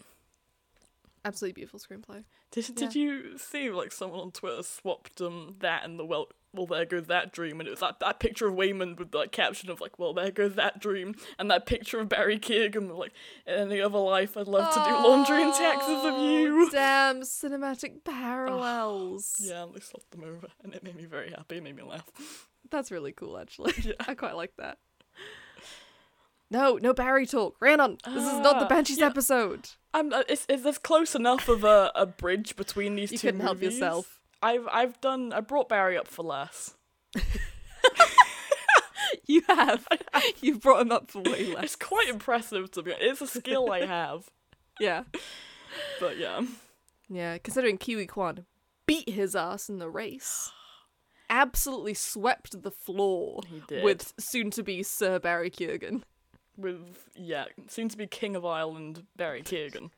C: Absolutely beautiful screenplay.
B: Did, did you see like someone on Twitter swapped um that and the well well there goes that dream and it was that, that picture of Waymond with like caption of like well there goes that dream and that picture of Barry Keoghan like in any other life I'd love to do laundry and taxes of
C: Oh,
B: you.
C: Damn cinematic parallels.
B: Yeah, they swapped them over and it made me very happy. It made me laugh.
C: That's really cool, actually. (laughs) I quite like that. No, no Barry talk. Ranon, this is not the
B: Ah,
C: Banshees
B: yeah.
C: episode.
B: I'm. uh, Is, is this close enough of a, a bridge between these
C: You
B: two?
C: couldn't help
B: movies?
C: yourself.
B: I've I've done. I brought Barry up for less.
C: (laughs) You have. (laughs) You've brought him up for way less.
B: It's quite impressive to be. It's a skill I have.
C: (laughs) Yeah.
B: But yeah.
C: Yeah, considering Kiwi Kwan beat his ass in the (gasps) race, absolutely swept the floor
B: He did.
C: with soon to be Sir Barry Keoghan.
B: with yeah, soon to be king of Ireland, Barry Keoghan.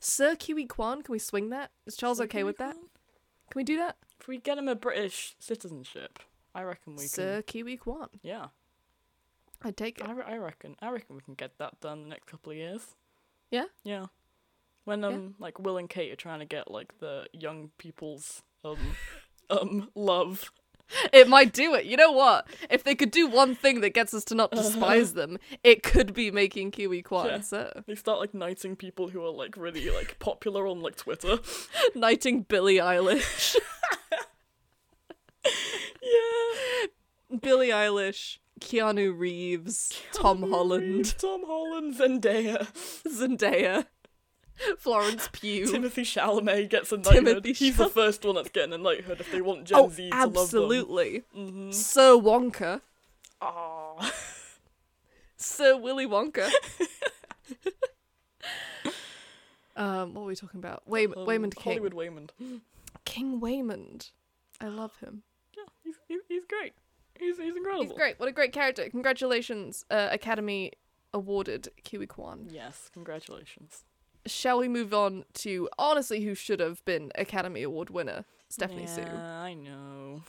C: Sir Kiwi Kwan, can we swing that? Is Charles okay with that? Can we do that?
B: If we get him a British citizenship, I reckon we
C: Sir
B: can.
C: Kiwi Kwan.
B: Yeah,
C: I'd take it.
B: I, re- I reckon. I reckon we can get that done the next couple of years.
C: Yeah?
B: Yeah. When
C: Yeah.
B: um like Will and Kate are trying to get like the young people's um um love.
C: It might do it. You know what? If they could do one thing that gets us to not
B: (laughs)
C: despise them, it could be making Kiwi Kwan
B: Yeah. (laughs)
C: Sir.
B: They start like knighting people who are like really like popular on like Twitter. (laughs)
C: Knighting Billie Eilish.
B: Yeah.
C: (laughs) Billie Eilish, Keanu Reeves, Tom Holland. (laughs)
B: Tom Holland, Zendaya.
C: Zendaya,
B: (laughs)
C: Florence Pugh.
B: Timothy Chalamet gets a knighthood.
C: Timothy
B: He's the
C: Chalamet.
B: first one that's getting a knighthood if they want Gen
C: oh,
B: Z to love
C: absolutely.
B: them. Mm-hmm.
C: Sir Wonka,
B: Aw.
C: Sir Willy
B: (laughs)
C: Wonka. um, what were we talking about? Way-
B: Um,
C: Waymond King.
B: Hollywood Waymond. (gasps)
C: King Waymond. I love him.
B: Yeah, he's, he- he's great. He's, he's incredible.
C: He's great. What a great character. Congratulations, uh, Academy awarded Kiwi Kwan.
B: Yes, congratulations.
C: Shall we move on to honestly who should have been Academy Award winner? Stephanie
B: yeah,
C: Sue.
B: I know.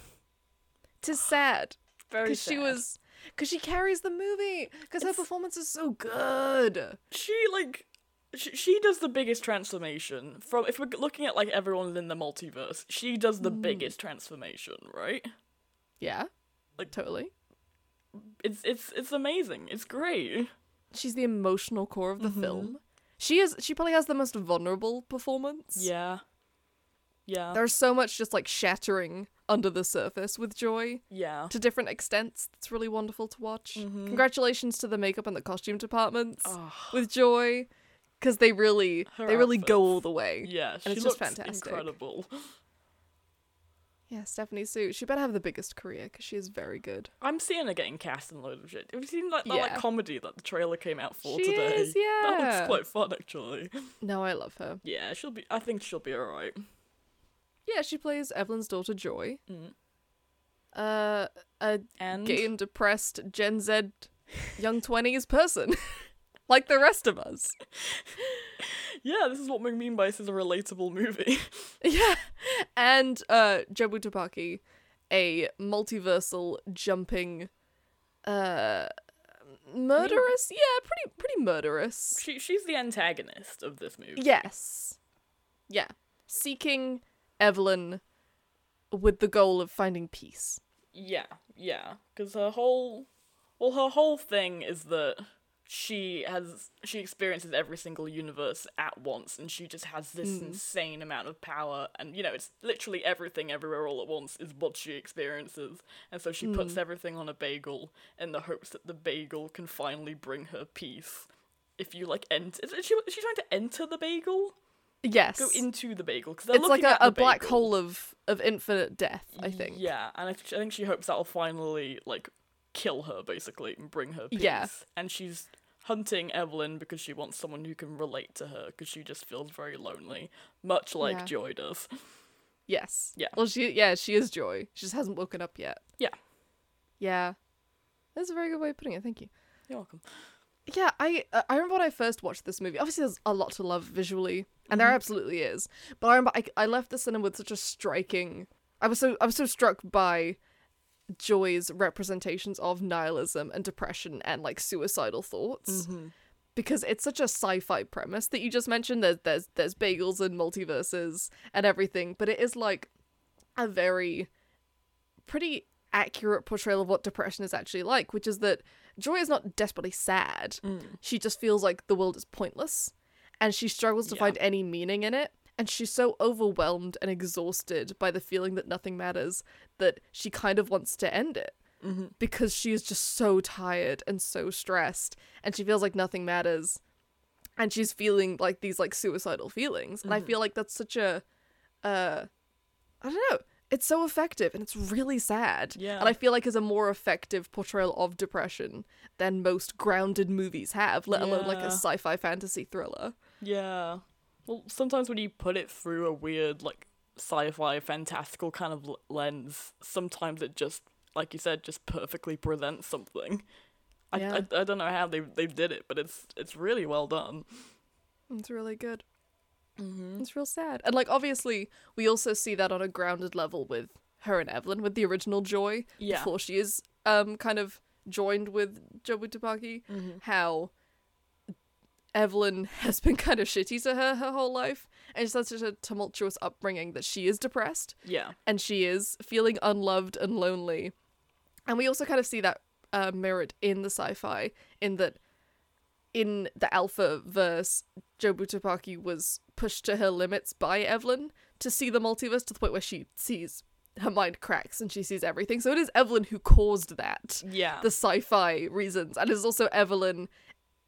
C: Tis sad.
B: (sighs) Very
C: because
B: sad.
C: she was because she carries the movie because her
B: It's-
C: performance is so good
B: She, like. She, she does the biggest transformation from if we're looking at like everyone in the multiverse she does
C: Hmm.
B: the biggest transformation right
C: yeah
B: Like-
C: totally
B: it's it's it's amazing it's great
C: she's the emotional core of the
B: Mm-hmm.
C: film she is she probably has the most vulnerable performance
B: yeah yeah
C: there's so much just like shattering under the surface with joy
B: yeah
C: to different extents it's really wonderful to watch
B: Mm-hmm.
C: congratulations to the makeup and the costume departments
B: Ah.
C: with joy because they really
B: Oh. Her
C: they really go
B: outfits.
C: all the way
B: yeah she
C: it's
B: looks
C: just fantastic.
B: incredible
C: yeah stephanie sue she better have the biggest career because she is very good
B: I'm seeing her getting cast in a load of shit. Have you seen like that like
C: Yeah.
B: comedy that the trailer came out for
C: She
B: today?
C: is,
B: That
C: yeah.
B: looks quite fun actually.
C: no i love her
B: Yeah, she'll be I think she'll be alright.
C: Yeah, she plays Evelyn's daughter Joy.
B: Mm.
C: Uh, a
B: And
C: gay and depressed Gen Z young 20s person. (laughs) like the rest of us.
B: yeah, this is what we mean by this is a relatable movie. (laughs)
C: Yeah. And uh Jobu Tupaki, a multiversal jumping uh, murderous. Yeah, pretty pretty murderous.
B: She she's the antagonist of this movie.
C: Yes. Yeah. Seeking Evelyn with the goal of finding peace.
B: Yeah, yeah. Because her whole, well, her whole thing is that she has she experiences every single universe at once, and she just has this
C: Hmm.
B: insane amount of power. And you know, it's literally everything everywhere all at once is what she experiences. And so she
C: Hmm.
B: puts everything on a bagel in the hopes that the bagel can finally bring her peace. If you like, enter, is it- she is she trying to enter the bagel?
C: Yes.
B: Go into the bagel because
C: it's like a, a black hole of of infinite death, I think.
B: Yeah, and I, th- I think she hopes that'll finally like kill her basically and bring her peace.
C: Yeah.
B: And she's hunting Evelyn because she wants someone who can relate to her because she just feels very lonely, much like
C: Yeah.
B: Joy does.
C: Yes.
B: Yeah.
C: Well, she yeah, she is Joy. She just hasn't woken up yet.
B: Yeah.
C: Yeah. That's a very good way of putting it. Thank you.
B: You're welcome.
C: Yeah, I uh, I remember when I first watched this movie. Obviously, there's a lot to love visually, and there absolutely is. But I remember I, I left the cinema with such a striking. I was so I was so struck by Joy's representations of nihilism and depression and like suicidal thoughts because it's such a sci-fi premise that you just mentioned. There's there's there's bagels and multiverses and everything, but it is like a very pretty accurate portrayal of what depression is actually like, which is that Joy is not desperately sad. She just feels like the world is pointless and she struggles to
B: Yeah.
C: find any meaning in it. And she's so overwhelmed and exhausted by the feeling that nothing matters that she kind of wants to end it
B: Mm-hmm.
C: because she is just so tired and so stressed and she feels like nothing matters and she's feeling like these like suicidal feelings and i
B: Mm-hmm.
C: feel like that's such a uh i don't know it's so effective and it's really sad
B: Yeah.
C: and i feel like is a more effective portrayal of depression than most grounded movies have let alone like a
B: Yeah.
C: sci-fi fantasy thriller
B: Yeah. Well, sometimes when you put it through a weird like sci-fi fantastical kind of l- lens, sometimes it just like you said just perfectly presents something. I,
C: Yeah.
B: I, I don't know how they they did it, but it's it's really well done.
C: it's really good it's real sad and like obviously we also see that on a grounded level with her and evelyn with the original joy
B: Yeah.
C: before she is um kind of joined with Jobu Tabaki, how Evelyn (laughs) has been kind of shitty to her her whole life, and she's had such a tumultuous upbringing that she is depressed
B: Yeah.
C: and she is feeling unloved and lonely. And we also kind of see that uh, mirrored in the sci-fi, in that in the alpha verse, Jobu Topaki was pushed to her limits by Evelyn to see the multiverse to the point where she sees her mind cracks and she sees everything. So it is Evelyn who caused that
B: Yeah.
C: the sci-fi reasons and it's also evelyn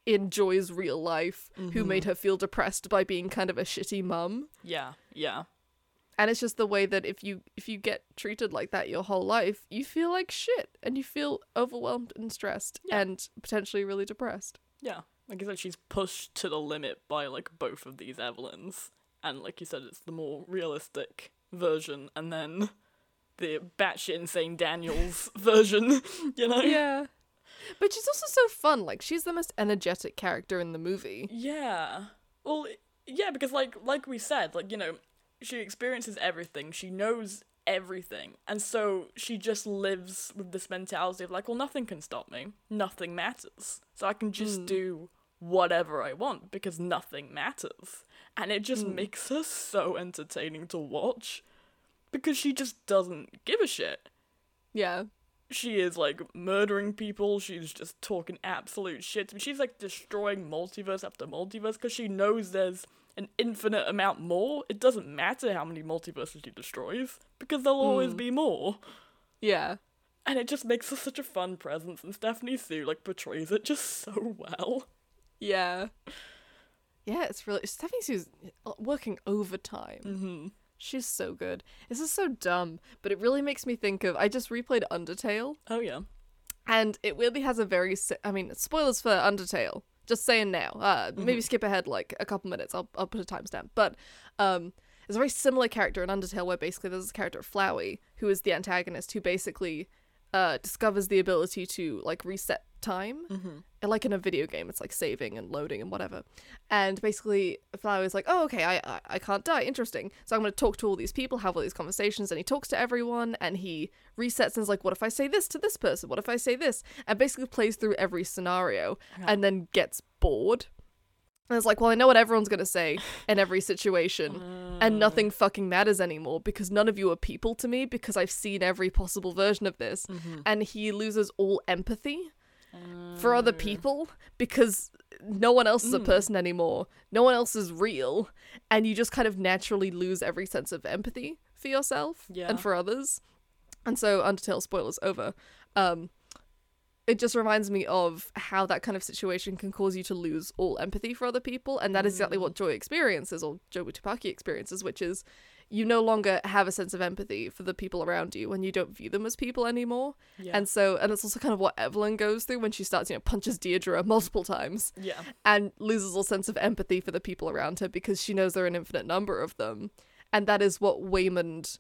C: in joy's real life who made her feel depressed by being kind of a shitty mum
B: yeah. Yeah.
C: and it's just the way that if you if you get treated like that your whole life you feel like shit and you feel overwhelmed and stressed
B: Yeah.
C: and potentially really depressed
B: Yeah. Like I said, she's pushed to the limit by like both of these Evelyns. And like you said, it's the more realistic version and then the batshit insane Daniels (laughs) version, you know?
C: (laughs) yeah (laughs) but she's also so fun like she's the most energetic character in the movie
B: Yeah. Well, i- yeah, because like like we said, like you know, she experiences everything. She knows everything. And so she just lives with this mentality of like, well, nothing can stop me. Nothing matters. So I can just do whatever I want because nothing matters. And it just makes her so entertaining to watch because she just doesn't give a shit
C: yeah
B: she is like murdering people. She's just talking absolute shit. I mean, she's like destroying multiverse after multiverse because she knows there's an infinite amount more. It doesn't matter how many multiverses she destroys because there'll always be more.
C: yeah
B: And it just makes her such a fun presence. And Stephanie Sue like portrays it just so well.
C: yeah yeah it's really stephanie sue's uh, working overtime
B: Mm-hmm.
C: She's so good. This is so dumb, but it really makes me think of. I just replayed Undertale,
B: Oh yeah.
C: and it weirdly has a very. si- I mean, spoilers for Undertale. Just saying now. Uh, maybe skip ahead like a couple minutes. I'll I'll put a timestamp. But um, there's a very similar character in Undertale where basically there's this character Flowey who is the antagonist who basically uh discovers the ability to like reset time,
B: Mhm.
C: like in a video game. It's like saving and loading and whatever. And basically, Flowey's like, "Oh, okay, I I, I can't die. Interesting. So I'm going to talk to all these people, have all these conversations." And he talks to everyone, and he resets and is like, "What if I say this to this person? What if I say this?" And basically plays through every scenario,
B: Yeah.
C: and then gets bored. And it's like, well, I know what everyone's going to say in every situation, and nothing fucking matters anymore because none of you are people to me because I've seen every possible version of this. And he loses all empathy for other people because no one else is a person anymore. No one else is real. And you just kind of naturally lose every sense of empathy for yourself
B: Yeah.
C: and for others. And so Undertale spoilers over. Um it just reminds me of how that kind of situation can cause you to lose all empathy for other people, and that is exactly what joy experiences or Jobu Tupaki experiences, which is you no longer have a sense of empathy for the people around you when you don't view them as people anymore.
B: Yeah.
C: And so, and it's also kind of what Evelyn goes through when she starts, you know, punches Deirdre multiple times
B: yeah.
C: and loses all sense of empathy for the people around her because she knows there are an infinite number of them. And that is what Waymond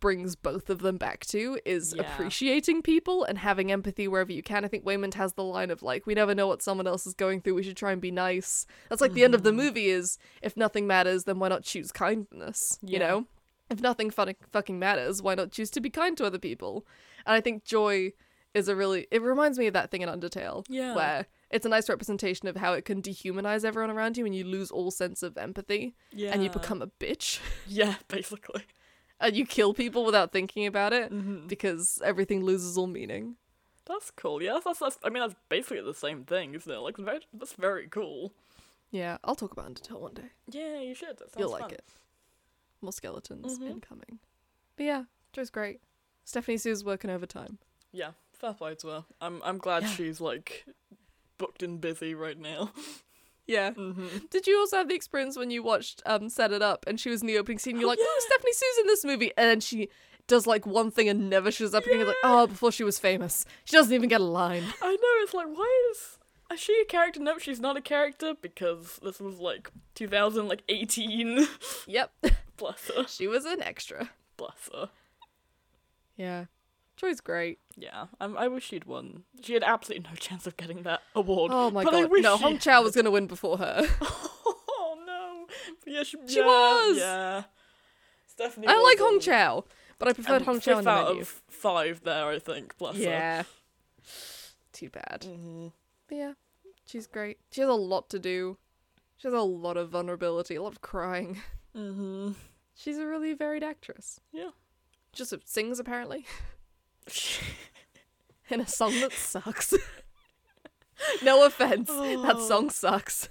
C: brings both of them back to is
B: Yeah.
C: appreciating people and having empathy wherever you can. I think Waymond has the line of like, we never know what someone else is going through, we should try and be nice. That's like the end of
B: Mm.
C: the movie is if nothing matters, then why not choose kindness? You
B: Yeah.
C: know? If nothing fun- fucking matters, why not choose to be kind to other people? And I think joy is a really it reminds me of that thing in Undertale.
B: Yeah.
C: Where it's a nice representation of how it can dehumanize everyone around you and you lose all sense of empathy
B: Yeah.
C: and you become a bitch (laughs)
B: Yeah, basically.
C: and you kill people without thinking about it
B: Mhm.
C: because everything loses all meaning.
B: That's cool. Yeah, that's, that's I mean that's basically the same thing, isn't it? Like very, that's very cool.
C: Yeah, I'll talk about Undertale one day.
B: Yeah, you should. That sounds
C: You'll like
B: fun.
C: it. More skeletons
B: Mhm.
C: incoming. But yeah, Joe's great. Stephanie Sue's working overtime.
B: Yeah, fair play to her. I'm I'm glad
C: Yeah.
B: she's like booked and busy
C: (laughs)
B: right now.
C: Yeah. Did you also have the experience when you watched um Set It Up and she was in the opening scene? You're
B: Oh,
C: like, oh,
B: yeah.
C: Stephanie Sue's in this movie, and then she does like one thing and never shows up again. You're like, oh, before she was famous, she doesn't even get a line.
B: I know. It's like why is is she a character? No, she's not a character because this was like 2000, like 18.
C: (laughs) yep,
B: (laughs) Bless her.
C: she was an extra.
B: Bless her.
C: Yeah, Joy's great.
B: Yeah, um, I wish she'd won. She had absolutely no chance of getting that award.
C: Oh my
B: but I
C: god,
B: wish
C: no,
B: she
C: Hong Chao was gonna win before her.
B: (laughs) Oh no! But yeah, she,
C: She
B: yeah,
C: was!
B: Yeah, Stephanie.
C: I
B: was
C: like Hong
B: on-
C: Chao, but I preferred
B: um,
C: Hong Chao in
B: fifth
C: the
B: out
C: menu.
B: um, of five there, I think. Bless her.
C: Yeah, Mm. too bad.
B: Mhm.
C: But yeah, she's great. She has a lot to do. She has a lot of vulnerability, a lot of crying.
B: Mhm.
C: She's a really varied actress.
B: Yeah.
C: Just sings
B: (laughs)
C: apparently in a song that sucks. (laughs) no offense, that
B: Oh.
C: song sucks.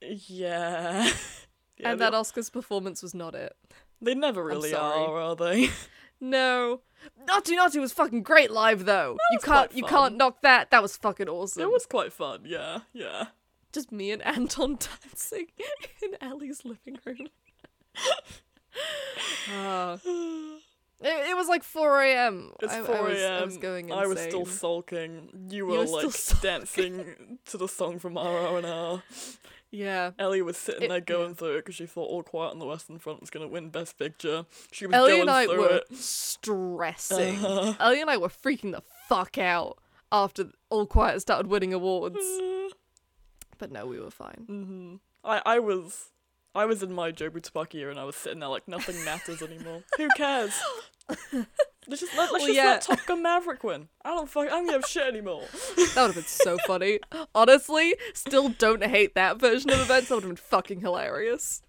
B: Yeah. (laughs) Yeah,
C: and
B: they,
C: that Oscars performance was not it.
B: they never really
C: sorry.
B: are, are they? (laughs)
C: No, Natu Natu was fucking great live though. you
B: was
C: can't
B: quite
C: you
B: fun.
C: can't knock that. That was fucking awesome.
B: it was quite fun. Yeah,
C: (sighs)
B: yeah.
C: just me and Anton (laughs) dancing in Ellie's living
B: (laughs)
C: room. Ah. it, it was like 4 a.m.
B: It's
C: I, I
B: 4 a.m.
C: was, I was going insane.
B: I was still sulking. You were,
C: were still (laughs)
B: like
C: sulking.
B: dancing to the song from RR&R.
C: Yeah.
B: Ellie was sitting
C: It-
B: there going through it because she thought All Quiet on the Western Front was going to win Best Picture. She was
C: Ellie
B: going
C: and I
B: through
C: were
B: it.
C: stressing.
B: (laughs) Uh-huh.
C: Ellie and I were freaking the fuck out after All Quiet started winning
B: Mm.
C: awards. but no, we were fine.
B: hmm I, I was I was in my Jobu Tabaki era and I was sitting there like nothing
C: (laughs)
B: matters anymore. Who cares? Let's just let, let's
C: Well,
B: just
C: yeah.
B: let Top Gun Maverick win. I don't fuck. I don't give a shit
C: (laughs)
B: anymore.
C: That would have been
B: (laughs)
C: so funny. Honestly, still don't hate that version of events. That would have been fucking hilarious.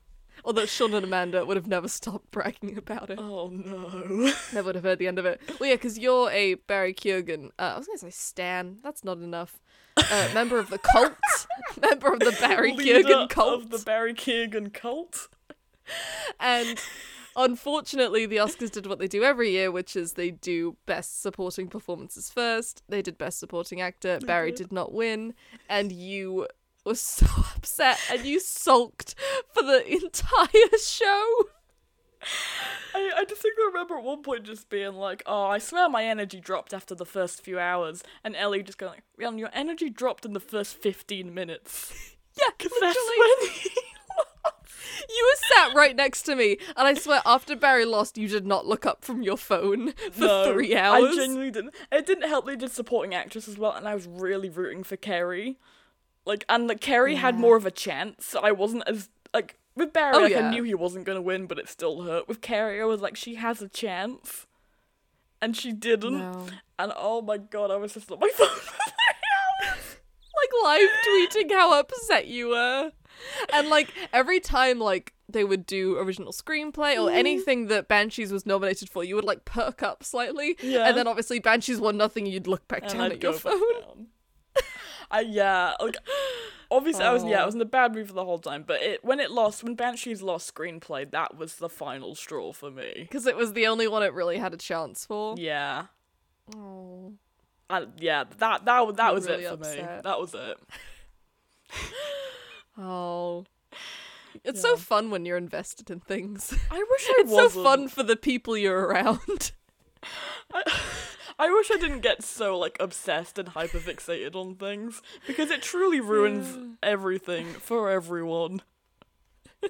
C: Although Sean and Amanda would have never stopped bragging about it.
B: Oh no.
C: Never would have heard the end of it. Well, yeah, because you're a Barry Keoghan. Uh, I was going to say Stan. That's not enough. Uh, member of the
B: (laughs)
C: cult. member of the Barry
B: Leader
C: Keoghan cult.
B: of the Barry Keoghan cult.
C: and unfortunately, the Oscars did what they do every year, which is they do best supporting performances first. They did best supporting actor. Barry did not win, and you were (laughs) so upset and you sulked for the entire show. (laughs)
B: I, I distinctly remember at one point just being like, "Oh, I swear my energy dropped after the first few hours," and Ellie just going, like, "Rian, your energy dropped in the first fifteen minutes."
C: Yeah,
B: Because
C: (laughs) literally.
B: that's when he
C: You were sat right next to me, and I swear, after Barry lost, you did not look up from your phone for
B: No,
C: three hours.
B: I genuinely didn't. It didn't help. They did supporting actress as well, and I was really rooting for Carrie. Like, and like Carrie had more of a chance. So I wasn't as like with Barry.
C: Oh,
B: like,
C: yeah.
B: I knew he wasn't gonna win, but it still hurt. With Carrie, I was like, she has a chance, and she didn't.
C: No.
B: And oh my god, I was just on my (laughs) phone. for three hours.
C: like live tweeting how upset you were. And like every time like they would do original screenplay
B: Mm-hmm.
C: or anything that Banshees was nominated for, you would like perk up slightly.
B: Yeah.
C: And then obviously Banshees won nothing, you'd look back
B: and
C: down
B: I'd
C: at your
B: go back
C: phone.
B: down. (laughs) I yeah, like obviously I was yeah, I
C: Oh.
B: was in a bad mood for the whole time, but it when it lost when Banshees lost screenplay, that was the final straw for me.
C: Because it was the only one it really had a chance for.
B: Yeah.
C: Oh.
B: I, yeah, that that wa- that
C: You're
B: was
C: really
B: it for me.
C: upset.
B: That was it.
C: Oh. It's so fun when you're invested in things.
B: I wish I
C: It's so
B: wasn't.
C: fun for the people you're around.
B: I wish I didn't get so like obsessed and hyperfixated on things because it truly ruins everything for everyone.
C: we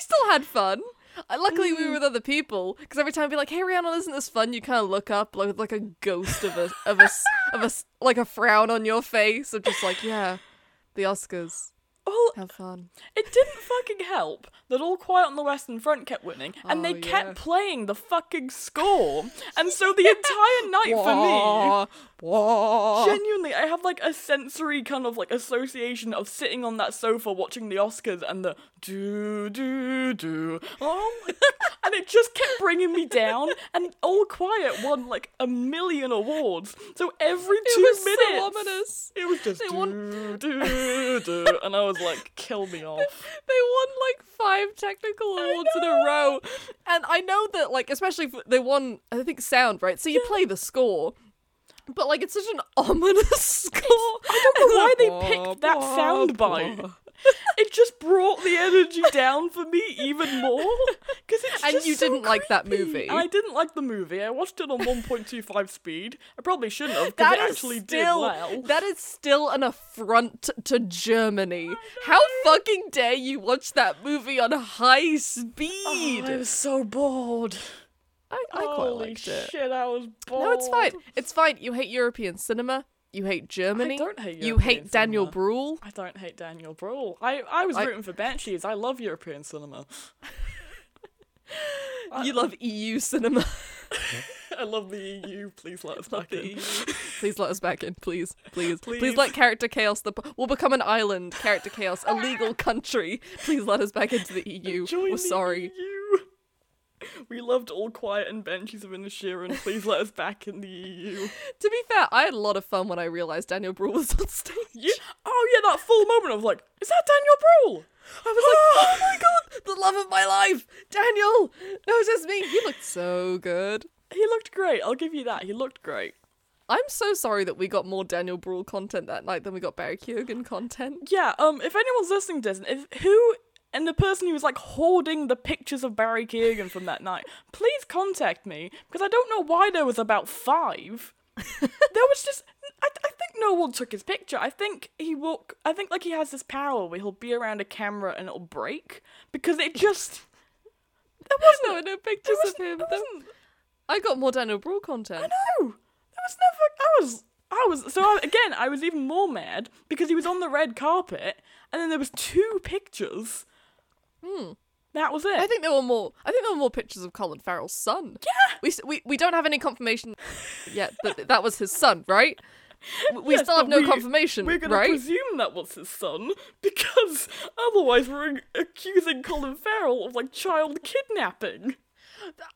C: still had fun. Uh, Luckily,
B: Mm.
C: we were with other people because every time I'd be like, "Hey, Rihanna, isn't this fun?" You kind of look up like with, like a ghost of a of a s- of a s- like a frown on your face of just like, "Yeah, the Oscars,
B: Well,
C: have fun."
B: It didn't fucking help that All Quiet on the Western Front kept winning, and they
C: Oh,
B: kept
C: yeah.
B: playing the fucking score. And so
C: (laughs)
B: the entire night for me,
C: Wah, wah.
B: genuinely, I have like a sensory kind of like association of sitting on that sofa watching the Oscars and the do do do, oh, my- (laughs) and it just kept bringing me down. And All Quiet won like a million awards, so every
C: It
B: two
C: was so
B: minutes.
C: ominous.
B: It was just
C: They
B: do,
C: won-
B: do, do, and I was like,
C: (laughs)
B: kill me off.
C: They won like five technical awards in a row, and I know that like especially for, they won I think sound right. So you play the score, but like it's such an (laughs) ominous score. I (laughs)
B: don't know why they picked that sound bite. (laughs) It just brought the energy down for me even more because it's
C: And
B: just
C: you
B: so
C: didn't like that
B: creepy.
C: movie.
B: And I didn't like the movie. I watched it on 1.25 speed. I probably shouldn't have because
C: That
B: it
C: is
B: actually
C: still,
B: did well.
C: That is still an affront to Germany. How fucking dare you watch that movie on high speed?
B: I was so bored.
C: I, I quite
B: Oh, Holy
C: liked it.
B: shit, I was bored.
C: No, it's fine. It's fine. You hate European cinema. You hate Germany.
B: don't hate
C: You
B: European
C: hate Daniel
B: cinema.
C: Bruhl.
B: I don't hate Daniel Brawl. I, I was
C: I-
B: rooting for Banshees. I love European cinema. (laughs)
C: You love EU cinema. (laughs)
B: I love the EU. Please let us back
C: E
B: in.
C: please let us back in, please, please, please,
B: Please.
C: let character chaos. The we'll become an island. Character chaos, a legal country. Please let us back into the EU.
B: Join
C: We're
B: the E
C: sorry.
B: EU. (laughs) We loved All Quiet and Benches of Inner Sheeran. Please let us back in the E EU.
C: To be fair, I had a lot of fun when I realized Daniel Bruhl was on stage.
B: You, oh yeah, that full moment of like, is that Daniel Brühl?
C: I was like, oh
B: (gasps)
C: my god, the love of my life, Daniel. No, it's just me. He looked so good.
B: He looked great. I'll give you that. He looked great.
C: I'm so sorry that we got more Daniel Bruhl content that night than we got Barry Keoghan content.
B: Yeah. Um. If anyone's listening, to this, if who and the person who was like hoarding the pictures of Barry Keoghan from that night, please contact me because I don't know why there was about (laughs) five. there was just I, I think no one took his picture i think he will i think like he has this power where he'll be around a camera and it'll break because it just there
C: There were
B: (laughs) wasn't
C: no
B: there
C: pictures of
B: wasn't,
C: him.
B: there
C: There-
B: wasn't
C: I got more Daniel Bruhl content.
B: no there was never i was i was so I, again i was even more mad because he was on the red carpet and then there was two pictures hmm that was it
C: I think there were more. I think there were more pictures of Colin Farrell's son. Yeah. We s- we, we don't have any confirmation yet that that was his son, right? We, we
B: Yes,
C: still have
B: but
C: no
B: we-
C: confirmation,
B: We're going
C: right?
B: to presume that was his son because otherwise we're accusing Colin Farrell of like child kidnapping.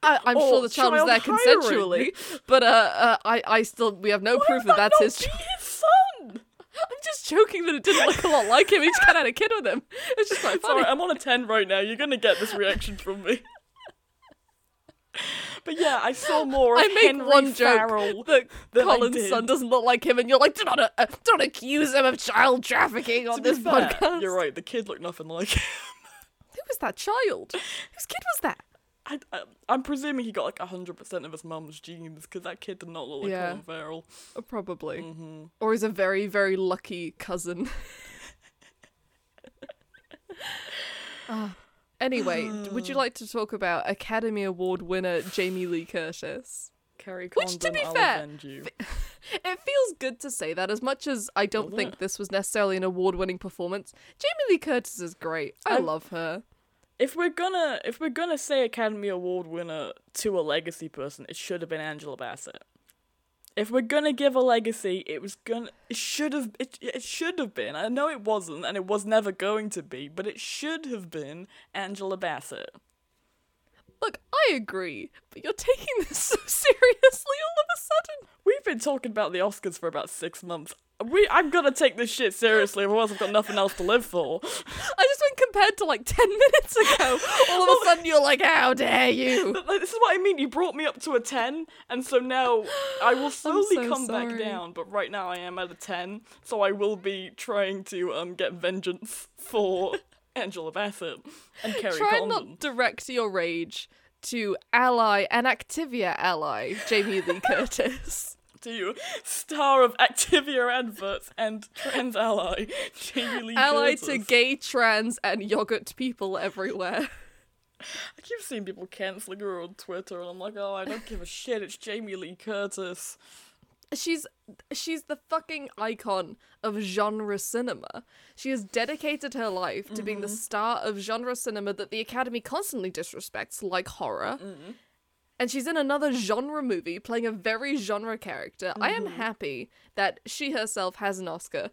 C: I, I'm sure
B: or
C: the child was there
B: child hiring.
C: consensually, but uh, uh, I I still we have no proof that that's
B: not
C: his.
B: be his son.
C: I'm just joking that it didn't look a lot like him. He just kind of had a kid with him. It's just quite funny.
B: Sorry, I'm on a ten right now. You're going to get this reaction from me. But yeah, I saw more of
C: I make
B: Henry
C: one
B: Farrell
C: joke that
B: than I
C: Colin's son
B: did.
C: doesn't look like him, and you're like, do not uh, don't accuse him of child trafficking on
B: To be
C: this
B: fair,
C: podcast.
B: You're right. The kid looked nothing like him. (laughs)
C: Who was that child? Whose kid was that?
B: I, I, I'm presuming he got like 100% of his mum's genes because that kid did not look like
C: Yeah.
B: Colin Farrell.
C: Uh, Probably. Or is a very, very lucky cousin. Ah. Anyway, d- would (sighs) you like to talk about Academy Award winner Jamie Lee Curtis?
B: Carrie
C: Which, to
B: Condon,
C: be
B: I'll
C: fair,
B: avenge you.
C: It feels good to say that as much as I don't
B: Doesn't
C: think
B: it?
C: this was necessarily an award winning performance. Jamie Lee Curtis is great. I
B: I'm-
C: love her.
B: If we're gonna if we're gonna say Academy Award winner to a legacy person, it should have been Angela Bassett. If we're gonna give a legacy, it was gonna it should have it it should have been. I know it wasn't, and it was never going to be, but it should have been Angela Bassett.
C: Look, I agree, but you're taking this (laughs) so seriously all of a sudden.
B: We've been talking about the Oscars for about six months. We I'm gonna take this shit seriously, otherwise I've got nothing else to live for.
C: I just went compared to like 10 minutes ago. (laughs) All of a sudden, you're like, how dare you?
B: But, like, this is what I mean. You brought me up to a ten, and so now
C: (gasps)
B: I will slowly
C: so
B: come
C: sorry.
B: back down. But right now I am at a ten, so I will be trying to um get vengeance
C: (laughs)
B: for Angela Bassett and Kerry
C: Try and
B: Condon.
C: not direct your rage to ally and Activia ally Jamie Lee Curtis.
B: To you, star of Activia adverts and trans ally Jamie Lee
C: ally
B: Curtis.
C: to gay, trans, and yogurt people everywhere.
B: I keep seeing people canceling her on Twitter, and I'm like, oh, I don't give a shit. It's Jamie Lee Curtis.
C: She's she's the fucking icon of genre cinema. She has dedicated her life to being the star of genre cinema that the Academy constantly disrespects, like horror. And she's in another genre movie playing a very genre character. I
B: Mm-hmm.
C: am happy that she herself has an Oscar.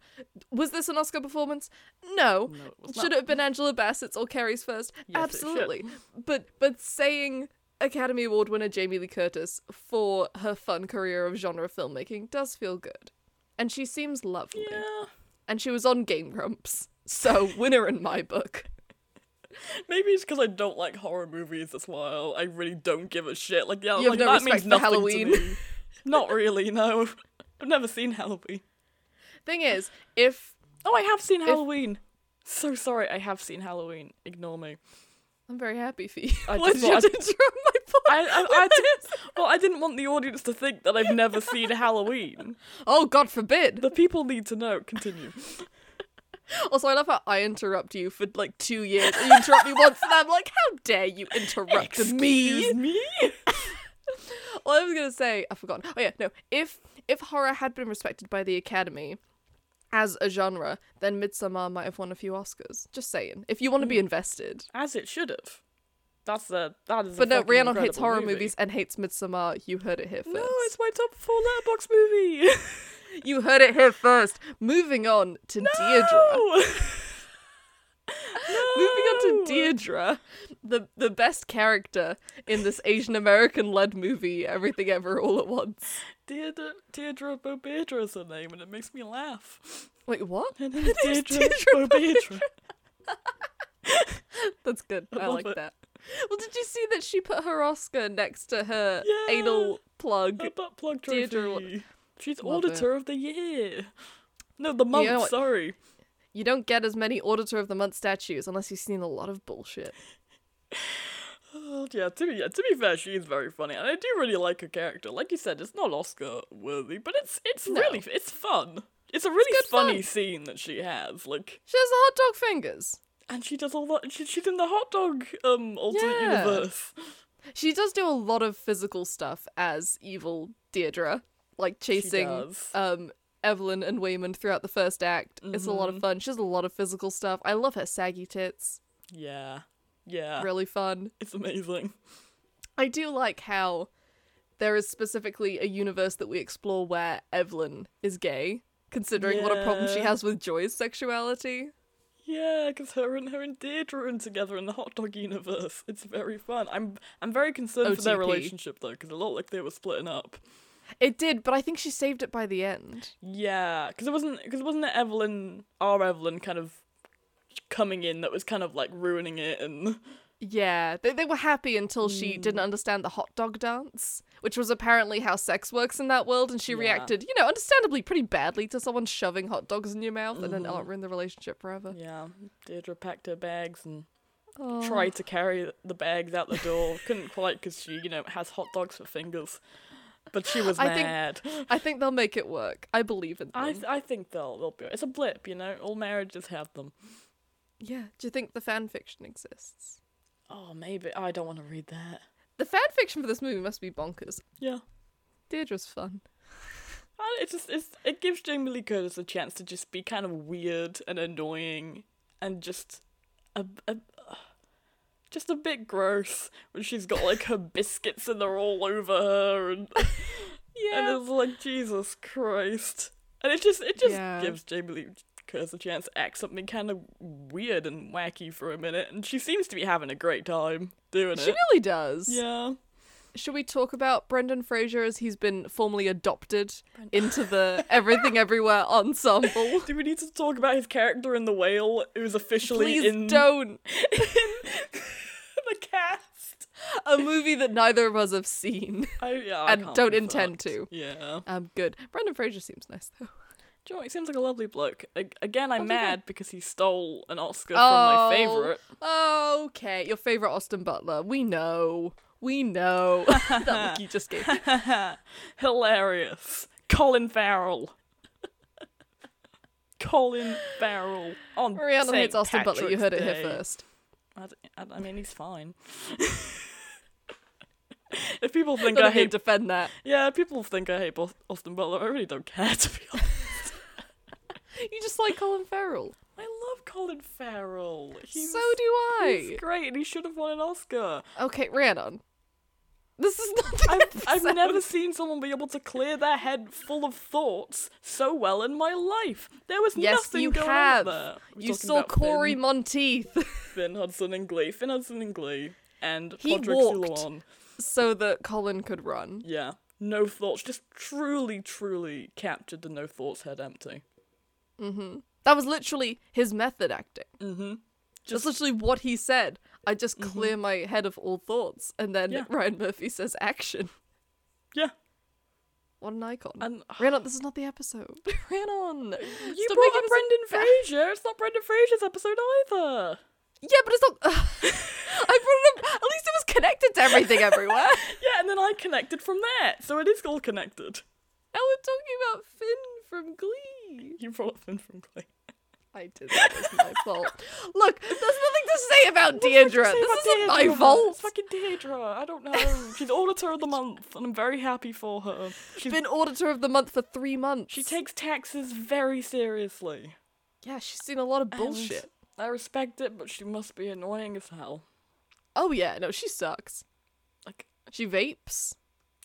C: Was this an Oscar performance? No.
B: No, it was
C: should
B: not.
C: it have been Angela Bassett's or Carrie's first?
B: Yes, it should.
C: Absolutely. But but saying Academy Award winner Jamie Lee Curtis for her fun career of genre filmmaking does feel good. And she seems lovely.
B: Yeah.
C: And she was on Game Grumps. So (laughs) winner in my book.
B: Maybe it's because I don't like horror movies. That's why I I really don't give a shit. Like, yeah,
C: You have
B: like,
C: no
B: that
C: respect
B: means
C: for
B: nothing
C: Halloween.
B: to me. Not really. No, I've never seen Halloween.
C: Thing is, if
B: Oh, I have seen Halloween. So sorry, I have seen Halloween. Ignore me.
C: I'm very happy for you. (laughs)
B: I
C: Why
B: just
C: did you
B: thought I'd-
C: interrupt my book?
B: I, (laughs)
C: (laughs)
B: I, I did, well, I didn't want the audience to think that I've never seen Halloween.
C: Oh God forbid.
B: The people need to know. Continue.
C: Also, I love how I interrupt you for like two years, and you interrupt me once, and I'm like, "How dare you interrupt me?"
B: Excuse me.
C: Well, I was gonna say, I forgot. Oh yeah, no. If if horror had been respected by the Academy as a genre, then Midsummer might have won a few Oscars. Just saying, if you want
B: Mm.
C: to be invested.
B: As it should have. That's the that is. a
C: But no,
B: fucking
C: Rhiannon hates
B: incredible
C: horror
B: movie.
C: movies and hates Midsummer. You heard it here first.
B: No, it's my top four letterbox movie. (laughs)
C: You heard it here first. Moving on to Deirdre. (laughs) Moving on to Deirdre, the the best character in this Asian American led movie, Everything Ever All at Once.
B: Deirdre, Deirdre Bobadra is her name, and it makes
C: (laughs)
B: me laugh.
C: Wait, what?
B: Her name's
C: name's
B: Deirdre,
C: Deirdre
B: (laughs) Bobadra.
C: That's good. I,
B: love
C: like
B: it.
C: that. Well, did you see that she put her Oscar next to her
B: Yeah. Uh,
C: anal plug?
B: Her butt plug trophy.
C: Deirdre wa-
B: She's
C: Love
B: Auditor of the Year. No, the month,
C: know what-
B: sorry.
C: You don't get as many Auditor of the Month statues unless you've seen a lot of bullshit.
B: Oh, yeah, to be, yeah, to be fair, she is very funny, and I do really like her character. Like you said, it's not Oscar worthy, but it's it's
C: No.
B: really it's fun. It's a really
C: good
B: funny
C: fun.
B: scene that she has, like,
C: She has the hot dog fingers.
B: and she does all that. She, she's in the hot dog um alternate
C: Yeah.
B: universe.
C: She does do a lot of physical stuff as evil Deirdre, like chasing
B: does.
C: um Evelyn and Wayman throughout the first act. It's a
B: Mm-hmm.
C: lot of fun. She does a lot of physical stuff. I love her saggy tits.
B: Yeah, yeah,
C: Really fun.
B: it's amazing.
C: I do like how there is specifically a universe that we explore where Evelyn is gay, considering what a problem she
B: Yeah.
C: has with Joy's sexuality.
B: Yeah, because her and her and Deirdre are together in the hot dog universe. It's very fun. I'm I'm very concerned for their
C: OTP.
B: relationship though, because it looked like they were splitting up.
C: It did, but I think she saved it by the end.
B: Yeah, because it wasn't because it wasn't it Evelyn our Evelyn kind of coming in that was kind of like ruining it and
C: Yeah, they, they were happy until
B: Hmm.
C: she didn't understand the hot dog dance, which was apparently how sex works in that world, and she
B: Yeah.
C: reacted, you know, understandably pretty badly to someone shoving hot dogs in your mouth and then oh, ruin the relationship forever.
B: Mm-hmm. yeah, Deirdre packed her bags and
C: Oh.
B: tried to carry the bags out the door. Couldn't quite because she you know has hot dogs for fingers, but she was
C: I think-
B: mad.
C: I think they'll make it work. I believe in them.
B: I th- I think they'll they'll be. It's a blip, you know. All marriages have them.
C: Yeah. Do you think the fan fiction exists?
B: Oh, maybe. I don't want to read that.
C: The fan fiction for this movie must be bonkers.
B: Yeah.
C: Deirdre's fun.
B: And it just it's, it gives Jamie Lee Curtis a chance to just be kind of weird and annoying and just a, a just a bit gross when she's got like her biscuits and they're all over her and (laughs)
C: Yeah.
B: and it's like Jesus Christ. And it just it just
C: Yeah.
B: gives Jamie Lee Curtis a chance to act something kind of weird and wacky for a minute, and she seems to be having a great time doing
C: she
B: it.
C: really does.
B: Yeah.
C: Should we talk about Brendan Fraser as he's been formally adopted into
B: (laughs)
C: the Everything Everywhere ensemble?
B: Do we need to talk about his character in The Whale, who's officially
C: Please
B: in
C: don't.
B: (laughs) the cast? (laughs)
C: A movie that neither of us have seen. (laughs)
B: I, yeah, I
C: And
B: can't
C: don't
B: be
C: intend
B: fucked.
C: to.
B: Yeah.
C: Um, good. Brendan Fraser seems nice though.
B: Do you know what? He seems like a lovely bloke. A- again, I'm
C: Lovely guy.
B: mad because he stole an Oscar
C: Oh.
B: from my favourite.
C: Okay, your favorite Austin Butler. We know. We know. (laughs) that look you just
B: (laughs)
C: gave.
B: Hilarious. Colin Farrell. (laughs) Colin Farrell. On
C: Rihanna
B: St.
C: hates Austin Butler. You
B: Patrick's
C: heard it
B: Day.
C: here first.
B: I, d- I d- I mean, he's fine. (laughs) if people think
C: Don't
B: I
C: even
B: hate,
C: defend that.
B: yeah, people think I hate Bos- Austin Butler. I really don't care (laughs) to be honest.
C: You just like Colin Farrell.
B: I love Colin Farrell. He's
C: so do I.
B: he's great, and he should have won an
C: (laughs)
B: Oscar.
C: Okay, Rhiannon. This is not the
B: I've, I've
C: episode.
B: never seen someone be able to clear their head full of thoughts so well in my life. There was
C: Yes,
B: nothing
C: you
B: going
C: have.
B: on there. We're
C: You
B: talking
C: saw
B: about
C: Corey
B: Finn,
C: Monteith (laughs)
B: Finn Hudson and Glee. Finn Hudson and Glee. And
C: He
B: Patrick
C: walked.
B: Silon.
C: so that Colin could run.
B: Yeah. No thoughts. Just truly, truly captured the no thoughts head empty.
C: That was literally his method acting.
B: Mm-hmm.
C: That's literally what he said. I just clear my head of all thoughts. And then
B: Yeah.
C: Ryan Murphy says action.
B: Yeah.
C: What an icon.
B: And
C: Rhiannon, this is not the (laughs) episode. Rhiannon!
B: you
C: Stop
B: brought
C: making
B: up
C: us-
B: (laughs) Brendan Fraser. It's not Brendan Fraser's episode either.
C: Yeah, but it's not. (laughs) I brought it up. At least it was connected to everything everywhere. (laughs) now
B: Yeah, and then I connected from that. So it is all connected.
C: we're talking about Finn from Glee.
B: You brought up Finn from Glee.
C: I did that. It was my fault. (laughs) Look, there's nothing to say about Deirdre.
B: Say
C: This
B: about
C: isn't my
B: Deirdre.
C: fault.
B: It's fucking Deirdra. I don't know. She's auditor (laughs) of the month, and I'm very happy for her. She's,
C: She's been auditor of the month for three months.
B: she takes taxes very seriously.
C: yeah, she's seen a lot of
B: And
C: bullshit.
B: I respect it, but she must be annoying as hell.
C: Oh yeah, no, she sucks.
B: Like
C: She vapes.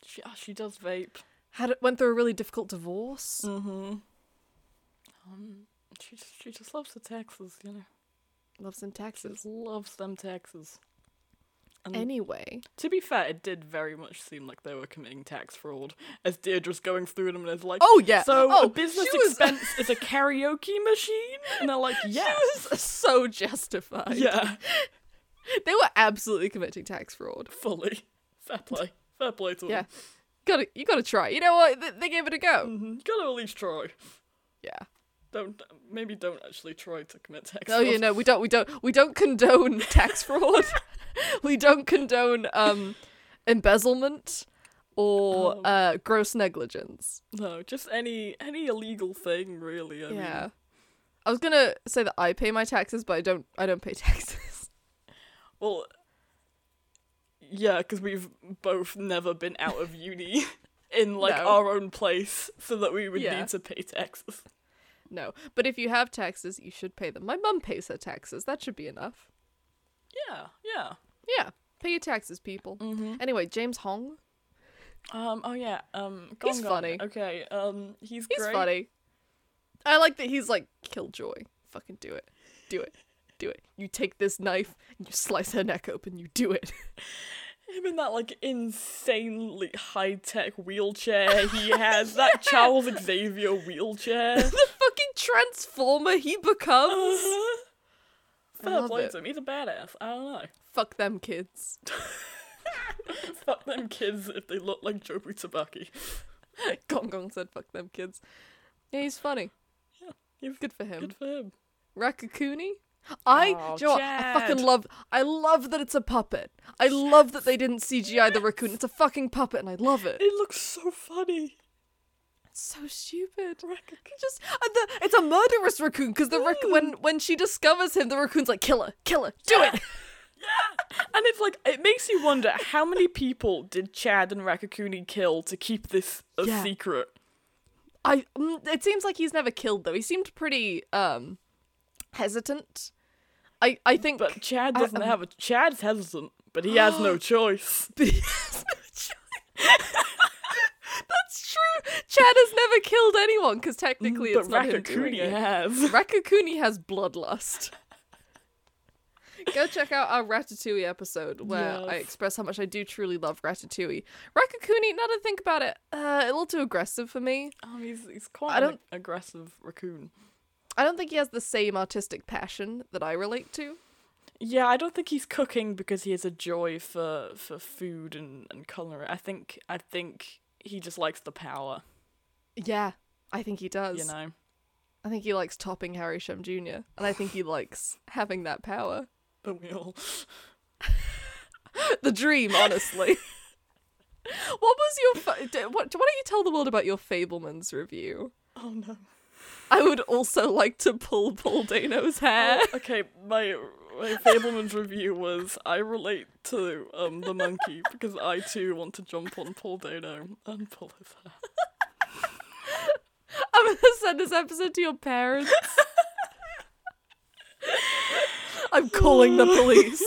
B: she, ah, she does vape.
C: Had went through a really difficult divorce.
B: Mm-hmm. Um, she just, she just loves the taxes, you know.
C: Loves in
B: She just
C: taxes.
B: loves them taxes.
C: Mm.
B: And
C: Anyway,
B: to be fair, it did very much seem like they were committing tax fraud, as Deirdre's going through them and is like,
C: Oh, yeah.
B: so
C: Oh,
B: a business
C: she was- (laughs)
B: expense is a karaoke machine," and they're like, "Yes,
C: she was so justified.
B: (laughs) yeah,
C: they were absolutely committing tax fraud.
B: fully, fair play, fair play to
C: Yeah.
B: them.
C: Gotta, you gotta try. You know what? Th- they gave it a go.
B: hmm Gotta at least try.
C: Yeah.
B: Don't maybe don't actually try to commit tax
C: No,
B: fraud.
C: Oh, you know, we don't, we don't, we don't condone tax (laughs) fraud. we don't condone um, embezzlement or
B: Oh.
C: uh, gross negligence.
B: No, just any any illegal thing, really. I
C: yeah.
B: mean,
C: I was gonna say that I pay my taxes, but I don't. I don't pay (laughs) taxes.
B: well, yeah, because we've both never been out
C: (laughs)
B: of uni. In like
C: No.
B: our own place, so that we would
C: Yeah.
B: need to pay taxes.
C: no, but if you have taxes, you should pay them. My mum pays her taxes. That should be enough.
B: Yeah, yeah.
C: Yeah, pay your taxes, people.
B: Mm-hmm.
C: Anyway, James Hong.
B: Um. Oh yeah. Um.
C: He's
B: Gone Gone.
C: funny.
B: Okay. Um.
C: He's
B: He's great.
C: funny. I like that he's like killjoy. Fucking do it. Do it. Do it. You take this knife and you slice her neck open, you do it. (laughs)
B: Him in that like insanely high tech wheelchair he
C: (laughs)
B: has. That Charles Xavier wheelchair.
C: the fucking transformer he
B: (laughs)
C: becomes.
B: Uh-huh.
C: I
B: Fair
C: love
B: play
C: it.
B: to him. He's a badass. I don't know.
C: Fuck them kids. (laughs)
B: Fuck them kids if they look like Jobu Tabaki.
C: Gong Gong said fuck them kids. Yeah, he's funny.
B: He's
C: Good for him.
B: Good for him.
C: Rakakuni? I
B: Oh,
C: do you know what? I
B: Chad.
C: fucking love I love that it's a puppet. I love that they didn't CGI the raccoon. It's a fucking puppet and I love it.
B: It looks so funny.
C: So stupid.
B: Raccoon.
C: Just and the, it's a murderous raccoon because the rac- when when she discovers him, the raccoon's like, "Kill her, kill her, do it."
B: And it's like it makes you wonder how many people did Chad and Rakakuni kill to keep this a
C: Yeah.
B: secret.
C: I. Mm, it seems like he's never killed though. He seemed pretty um hesitant. I I think.
B: But Chad
C: I-
B: doesn't
C: um,
B: have a Chad's hesitant, but he has (gasps) no choice.
C: (laughs) but he has no choice. That's true. Chad has never killed anyone because technically
B: But
C: it's not him doing
B: Rakakuni
C: it.
B: (laughs) has.
C: (laughs) Rakakuni has bloodlust. Go check out our Ratatouille episode where I
B: Yes.
C: express how much I do truly love Ratatouille. Rakakuni, now that I think about it, uh, a little too aggressive for me.
B: Oh, he's he's quite
C: I
B: an
C: don't-
B: aggressive raccoon.
C: I don't think he has the same artistic passion that I relate to.
B: Yeah, I don't think he's cooking because he has a joy for for food and and culinary. I think I think he just likes the power.
C: Yeah, I think he does.
B: You know.
C: I think he likes topping Harry Shum Jr. and I think he likes having that power.
B: But we all.
C: the dream, (laughs) honestly. what was your fa- d- what? Why don't you tell the world about your Fablemans review?
B: Oh no.
C: I would also like to pull Paul Dano's hair.
B: Oh, Okay, my my Fableman's review was I relate to um the monkey because I too want to jump on Paul Dano and pull his hair.
C: (laughs) I'm gonna send this episode to your parents. I'm calling the police.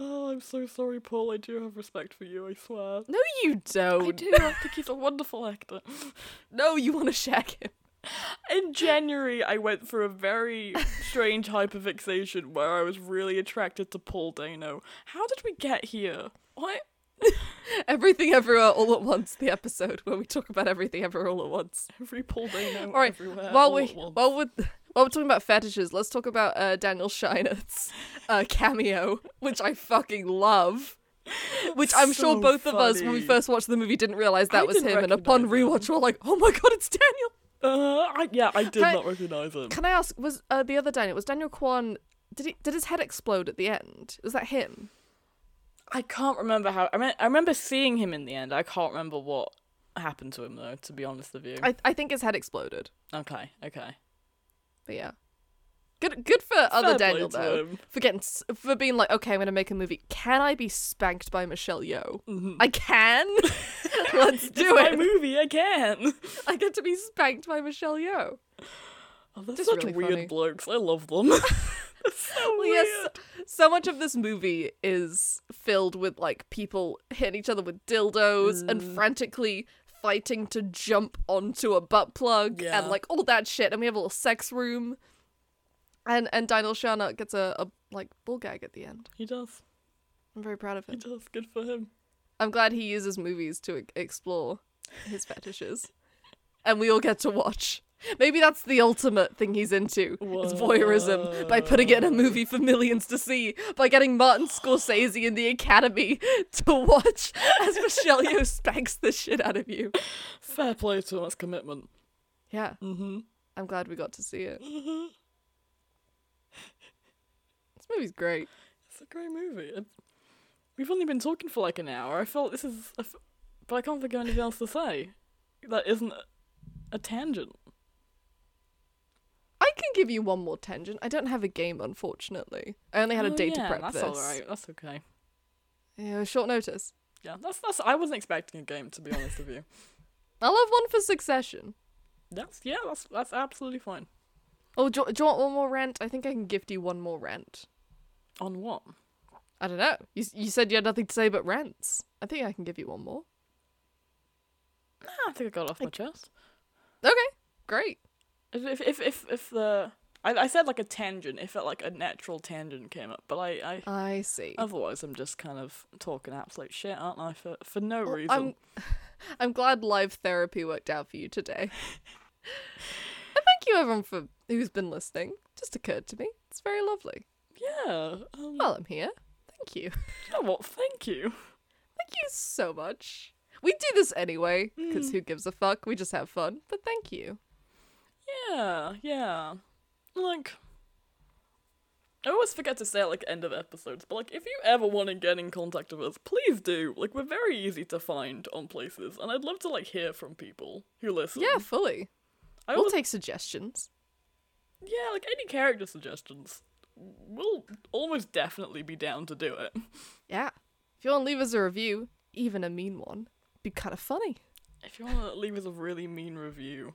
B: Oh, I'm so sorry, Paul. I do have respect for you. I swear.
C: No, (laughs) you don't.
B: I do. I think he's a wonderful actor.
C: No, you want to shag him.
B: In January, I went through a very strange hyperfixation where I was really attracted to Paul Dano. How did we get here? What?
C: Everything, everywhere, all at once. The episode where we talk about everything, everywhere, all at once.
B: Every Paul Dano
C: All right,
B: everywhere.
C: while
B: all
C: we
B: at once.
C: while we're while we're talking about fetishes, let's talk about uh, Daniel Scheinert's uh, cameo, which I fucking love. Which I'm sure
B: So
C: both of us, when we
B: funny.
C: first watched the movie, didn't realize that
B: I
C: was
B: didn't
C: him, and upon
B: recognize
C: rewatch, we're like, "Oh my god, it's Daniel!"
B: Uh, I, yeah, I did
C: Can I-
B: not recognize him.
C: Can I ask? Was uh, the other Daniel? Was Daniel Kwan? Did he, did his head explode at the end? Was that him?
B: I can't remember how. I mean, I remember seeing him in the end. I can't remember what happened to him though. To be honest with you.
C: I I think his head exploded.
B: Okay. Okay.
C: But yeah, good good for other
B: Fair play
C: Daniel
B: to
C: though
B: him. (laughs)
C: for getting s- for being like, "Okay, I'm gonna make a movie. Can I be spanked by Michelle Yeoh? I can. (laughs) Let's Mm-hmm. do
B: It's my
C: it.
B: movie again. (laughs)
C: I get to be spanked by Michelle Yeoh.
B: Oh, they're
C: Just
B: such
C: really
B: weird
C: funny.
B: blokes. I
C: (laughs)
B: love them. (laughs) They're so
C: Well,
B: weird.
C: yes, so much of this movie is filled with like people hitting each other with dildos and
B: Mm.
C: frantically fighting to jump onto a butt plug
B: Yeah.
C: and like all that shit. And we have a little sex room, and and Daniel Shana gets a, a like bull gag at the end.
B: He does.
C: I'm very proud of
B: He
C: him.
B: does. Good for him.
C: I'm glad he uses movies to e- explore his fetishes, and we all get to watch. Maybe that's the ultimate thing he's into is voyeurism by putting it in a movie for millions to see by getting Martin Scorsese and the Academy (laughs) to watch as Michelle Yeoh spanks the shit out of you.
B: Fair play to him. That's commitment.
C: Yeah,
B: Mm-hmm.
C: I'm glad we got to see it. This movie's great.
B: It's a great movie. It- We've only been talking for like an hour. I felt this is, I f- but I can't think of anything else to say. That isn't a, a tangent.
C: I can give you one more tangent. I don't have a game, unfortunately. I only had a
B: Oh,
C: day to
B: yeah,
C: prep
B: That's
C: this.
B: alright. That's okay.
C: Yeah, short notice.
B: Yeah, that's that's. I wasn't expecting a game to be honest with you.
C: I'll have one for Succession.
B: That's yeah. That's that's absolutely fine.
C: Oh, do, do you want one more rant? I think I can gift you one more rant.
B: On what?
C: I don't know. You, s- you said you had nothing to say but rants. I think I can give you one more.
B: I think I got off my chest.
C: Okay, great.
B: If if if if the I, I said like a tangent. If it like a natural tangent came up, but I I
C: I see.
B: otherwise I'm just kind of talking absolute shit, aren't I? For for no
C: Well,
B: reason.
C: I'm, (laughs) I'm glad live therapy worked out for you
B: (laughs)
C: today. and thank you everyone for who's been listening. Just occurred to me. It's very lovely.
B: Yeah. Um,
C: While I'm here, thank you. (laughs)
B: you know what? Thank you.
C: Thank you so much. We do this anyway,
B: Hmm.
C: because who gives a fuck? We just have fun. But thank you.
B: Yeah. Yeah. Like. I always forget to say it like end of episodes, but like if you ever want to get in contact with us, please do. Like we're very easy to find on places, and I'd love to like hear from people who listen.
C: Yeah, fully.
B: I
C: We'll
B: would-
C: take suggestions.
B: yeah, like any character suggestions, we'll almost definitely be down to do it.
C: Yeah. If you want to leave us a review, even a mean one, be kind of funny.
B: If you want to leave us a really mean review,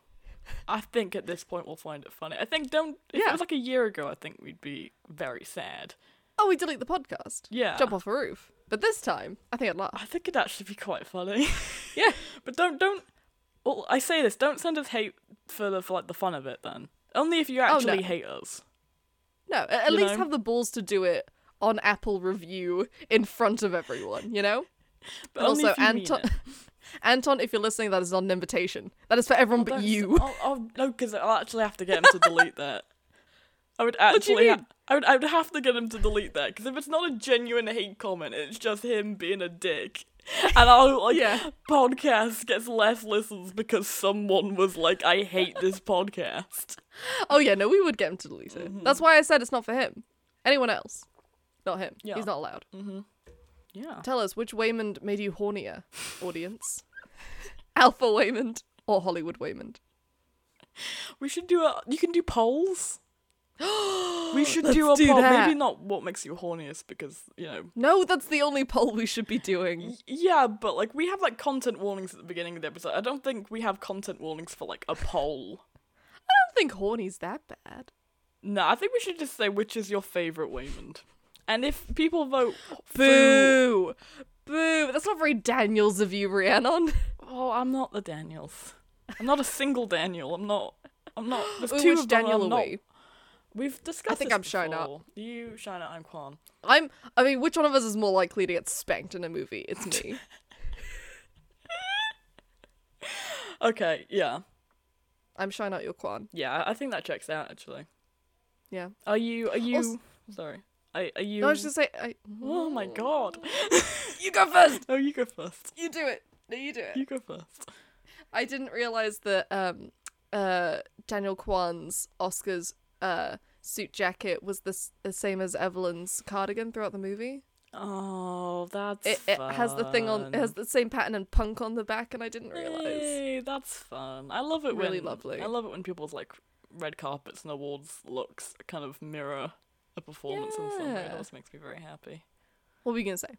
B: I think at this point we'll find it funny. I think don't. If
C: Yeah.
B: it was like a year ago, I think we'd be very sad.
C: Oh, we delete the podcast.
B: Yeah.
C: Jump off a roof. But this time, I think I'd laugh.
B: I think it'd actually be quite funny. (laughs)
C: Yeah.
B: But don't don't. Well, I say this. Don't send us hate for the for like the fun of it. Then only if you
C: Oh, no.
B: actually hate us.
C: No, a- at
B: You
C: least
B: know?
C: have the balls to do it on Apple Review in front of everyone, you know?
B: But
C: And
B: only
C: also,
B: if you mean
C: Anton-
B: it.
C: (laughs) Anton, if you're listening, that is not an invitation. That is for everyone but
B: Don't-
C: you.
B: I'll, I'll, no, because I'll actually have to get him to delete that. I
C: (laughs)
B: would
C: do you
B: actually. ha-
C: mean?
B: I would. I would have to get him to delete that because if it's not a genuine hate comment, it's just him being a dick.
C: (laughs)
B: And I'll like
C: Yeah.
B: podcast gets less listens because someone was like, "I hate
C: (laughs)
B: this podcast."
C: Oh yeah, no, we would get him to delete it.
B: Mm-hmm.
C: That's why I said it's not for him. Anyone else, not him.
B: Yeah. Mm.
C: He's not allowed.
B: Yeah.
C: Tell us which Waymond made you hornier, audience. (laughs) Alpha Waymond or Hollywood Waymond.
B: We should do a. You can do polls. we should
C: Let's
B: do a
C: do
B: poll.
C: that.
B: Maybe not what makes you horniest because you know.
C: No, that's the only poll we should be doing.
B: Y- Yeah, but like we have like content warnings at the beginning of the episode. I don't think we have content warnings for like a poll.
C: I don't think horny's that bad.
B: No, I think we should just say which is your favorite Waymond. And if people vote, for-
C: Boo, boo. That's not very Daniels of you, Rhiannon. (laughs)
B: Oh, I'm not the Daniels. I'm not a single Daniel. I'm not. I'm not. There's
C: Ooh,
B: two
C: which
B: of them and
C: Daniel
B: I'm
C: are
B: not.
C: we?
B: We've discussed.
C: think
B: this
C: I'm Shina.
B: before. You Shina. I'm Quan.
C: I'm. I mean, which one of us is more likely to get spanked in a movie? It's (laughs) me.
B: Okay. Yeah.
C: I'm Shine Out Your Quan.
B: Yeah. I think that checks out actually.
C: Yeah.
B: Are you? Are you?
C: Also-
B: sorry. Are, are you?
C: No, I was just gonna say. I,
B: oh my god.
C: (gasps) You go first.
B: oh, you go first.
C: You do it. No, you do it.
B: You go first.
C: I didn't realize that um, uh, Daniel Kwan's Oscar's uh, suit jacket was the, s- the same as Evelyn's cardigan throughout the movie.
B: Oh, that's.
C: It, it has the thing on. It
B: fun.
C: has the same pattern and punk on the back, and I didn't realize.
B: Hey, that's fun. I love it
C: Really
B: when
C: lovely.
B: I love it when people's like red carpets and awards looks kind of mirror a performance in some way. It
C: Yeah.
B: always makes me very happy.
C: What were you gonna say?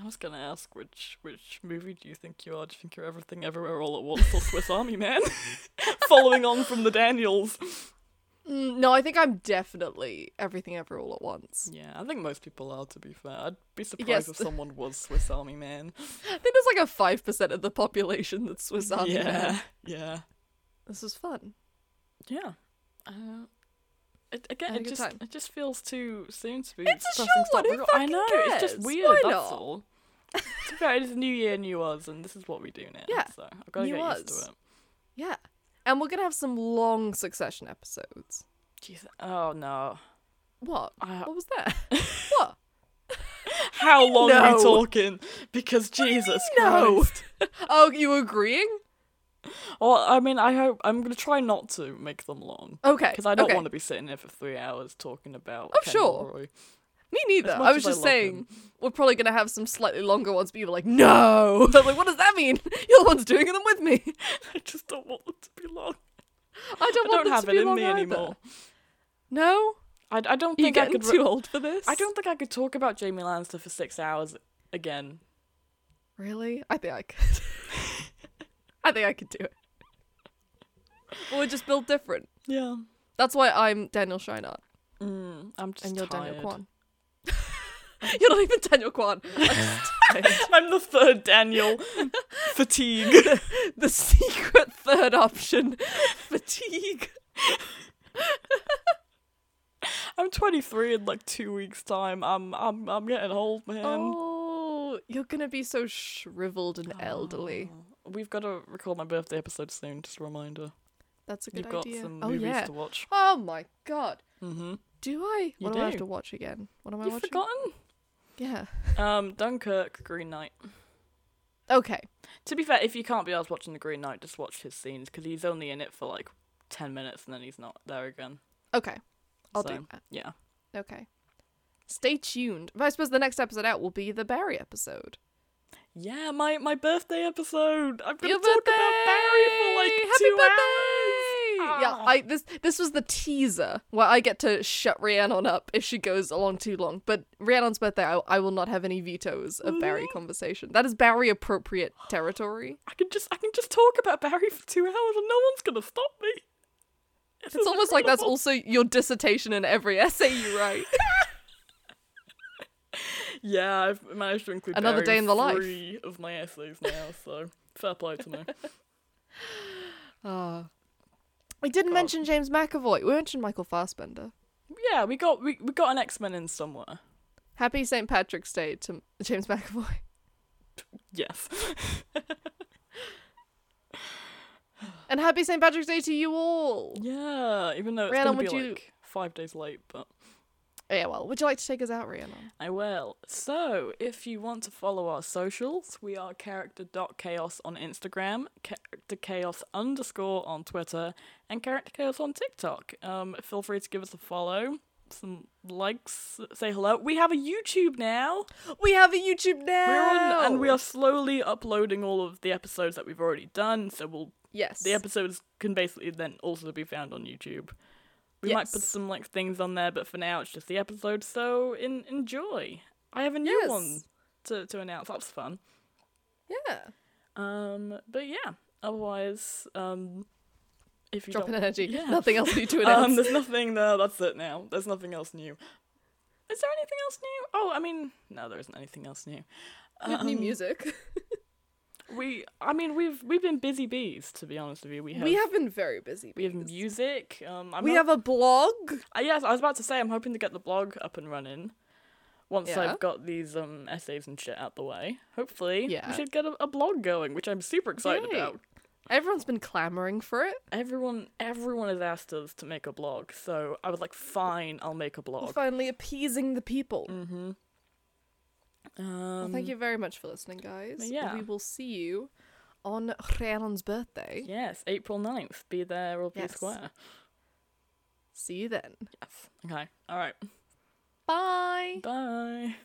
B: I was gonna ask which which movie do you think you are? Do you think you're everything everywhere all at once or Swiss Army Man? (laughs) (laughs) Following on from
C: (laughs)
B: the Daniels.
C: Mm, no, I think I'm definitely everything ever all at once.
B: Yeah, I think most people are to be fair. I'd be surprised
C: Yes.
B: if someone was Swiss Army Man.
C: I think there's like a five percent of the population that's (laughs) Swiss Army
B: yeah.
C: Man.
B: Yeah.
C: This is fun.
B: Yeah. Uh, it, again,
C: Had a
B: it
C: good
B: just
C: time.
B: it just feels too soon to be.
C: It's a
B: pressing
C: short one,
B: stop
C: who
B: record. I
C: fucking
B: know it's just
C: cares?
B: weird.
C: Why
B: That's
C: not?
B: all. it's fair. It's new year, new us, and this is what we do now.
C: Yeah,
B: So I've got to
C: new
B: get used
C: us.
B: to it.
C: Yeah, and we're gonna have some long succession episodes.
B: Jeez. Oh no.
C: What?
B: I-
C: What was
B: (laughs)
C: that? what?
B: how long are
C: no?
B: we talking? Because Jesus
C: no?
B: Christ.
C: Oh, you agreeing?
B: Well, I mean, I hope I'm gonna try not to make them long
C: Okay.
B: because I don't
C: okay.
B: want to be sitting there for three hours talking about.
C: Oh,
B: Kendall
C: sure.
B: Roy.
C: Me neither.
B: as
C: I
B: much
C: was
B: as I
C: just
B: love
C: saying
B: him.
C: we're probably gonna have some slightly longer ones, but you were like, no. (laughs) I was like, what does that mean? You're the one's doing them with me.
B: (laughs) I just don't want them to be long.
C: I don't
B: I
C: want
B: don't
C: them
B: have
C: to
B: it
C: be
B: in
C: long
B: me
C: either.
B: anymore.
C: No,
B: I, I don't
C: you
B: think I
C: getting
B: could. re-
C: too old for this.
B: I don't think I could talk about Jamie Lannister for six hours again.
C: really. I think I could. (laughs) I think I could do it. But we're just built different.
B: Yeah.
C: That's why I'm Daniel Scheinart
B: Mm, I'm just
C: and you're
B: tired.
C: Daniel Kwan. (laughs) you're not even Daniel Kwan. I'm just tired.
B: (laughs) I'm the
C: (laughs)
B: third Daniel. Fatigue.
C: the secret third option (laughs) fatigue
B: I'm 23 in like two weeks' time. I'm I'm I'm getting old, man.
C: oh you're gonna be so shriveled and elderly
B: Oh. We've got to record my birthday episode soon. Just a reminder.
C: that's a good
B: You've got
C: idea
B: some
C: oh
B: movies
C: yeah
B: to watch.
C: oh my god
B: Mm-hmm.
C: do i
B: You
C: what do. i have
B: do.
C: to watch again what am i
B: You've
C: watching
B: forgotten?
C: yeah
B: Um, Dunkirk, Green Knight.
C: okay
B: To be fair, if you can't be asked watching the Green Knight, just watch his scenes because he's only in it for like ten minutes and then he's not there again.
C: okay I'll
B: so,
C: do that.
B: Yeah.
C: Okay. Stay tuned. But I suppose the next episode out will be the Barry episode.
B: Yeah, my, my birthday episode. I'm gonna
C: Your
B: talk about Barry for like
C: birthday! Happy
B: two hours.
C: birthday! Yeah,
B: Ah.
C: I this this was the teaser where I get to shut Rhiannon up if she goes along too long. But Rhiannon's birthday, I, I will not have any vetoes of Barry conversation. That is Barry appropriate territory.
B: I can just I can just talk about Barry for two hours and no one's gonna stop me. (gasps) This
C: It's
B: is
C: almost like that's
B: incredible.
C: also your dissertation in every essay you
B: (laughs)
C: write.
B: Yeah, I've managed to include
C: Another
B: Barry
C: day in the life.
B: three of my essays now, so fair play to me. (laughs) Oh,
C: Ah. we didn't
B: God.
C: mention James McAvoy. We mentioned Michael Fassbender.
B: yeah, we got we, we got an X Men in somewhere.
C: Happy St. Patrick's Day to James McAvoy. (laughs)
B: Yes.
C: And happy St. Patrick's Day to you all.
B: Yeah, even though it's
C: Rhiannon,
B: gonna be
C: would you-
B: like five days late, but
C: Yeah, well, would you like to take us out, Rhiannon?
B: I will. So, if you want to follow our socials, we are character.chaos on Instagram, characterchaos underscore on Twitter, and characterchaos on TikTok. Um, feel free to give us a follow, some likes, say hello. We have a YouTube now.
C: We have a YouTube now.
B: We're on, and we are slowly uploading all of the episodes that we've already done. So we'll
C: Yes.
B: the episodes can basically then also be found on YouTube. We might put
C: Yes.
B: some like things on there, but for now it's just the episode. So in- enjoy. I have a new
C: Yes.
B: one to to announce. That's fun.
C: Yeah.
B: Um, but yeah. Otherwise, um, if you
C: Drop in
B: (laughs) don't,
C: energy.
B: Yeah.
C: Nothing else new to
B: (laughs)
C: announce.
B: um, there's nothing. No, that's it now. There's nothing else new. Is there anything else new? Oh, I mean, no, there isn't anything else new.
C: We
B: (laughs)
C: have new
B: Um,
C: music.
B: We, I mean, we've we've been busy bees. To be honest with you, we have
C: (laughs) we have been very busy.
B: we have
C: bees.
B: music. Um, I'm
C: We
B: not-
C: have a blog.
B: Uh, yes, I was about to say I'm hoping to get the blog up and running once
C: Yeah.
B: I've got these um essays and shit out the way. Hopefully,
C: Yeah.
B: we should get a, a blog going, which I'm super excited
C: Yay.
B: about.
C: Everyone's been clamoring for it.
B: Everyone, everyone has asked us to make a blog, so I was like, fine, I'll make a
C: We're
B: blog.
C: finally appeasing the people.
B: Mm-hmm. Um,
C: Well, thank you very much for listening, guys.
B: but Um, yeah.
C: We will see you on Rhiannon's birthday.
B: Yes, April 9th. Be there or be
C: Yes.
B: square.
C: See you then.
B: Yes. Okay. All right.
C: Bye.
B: Bye.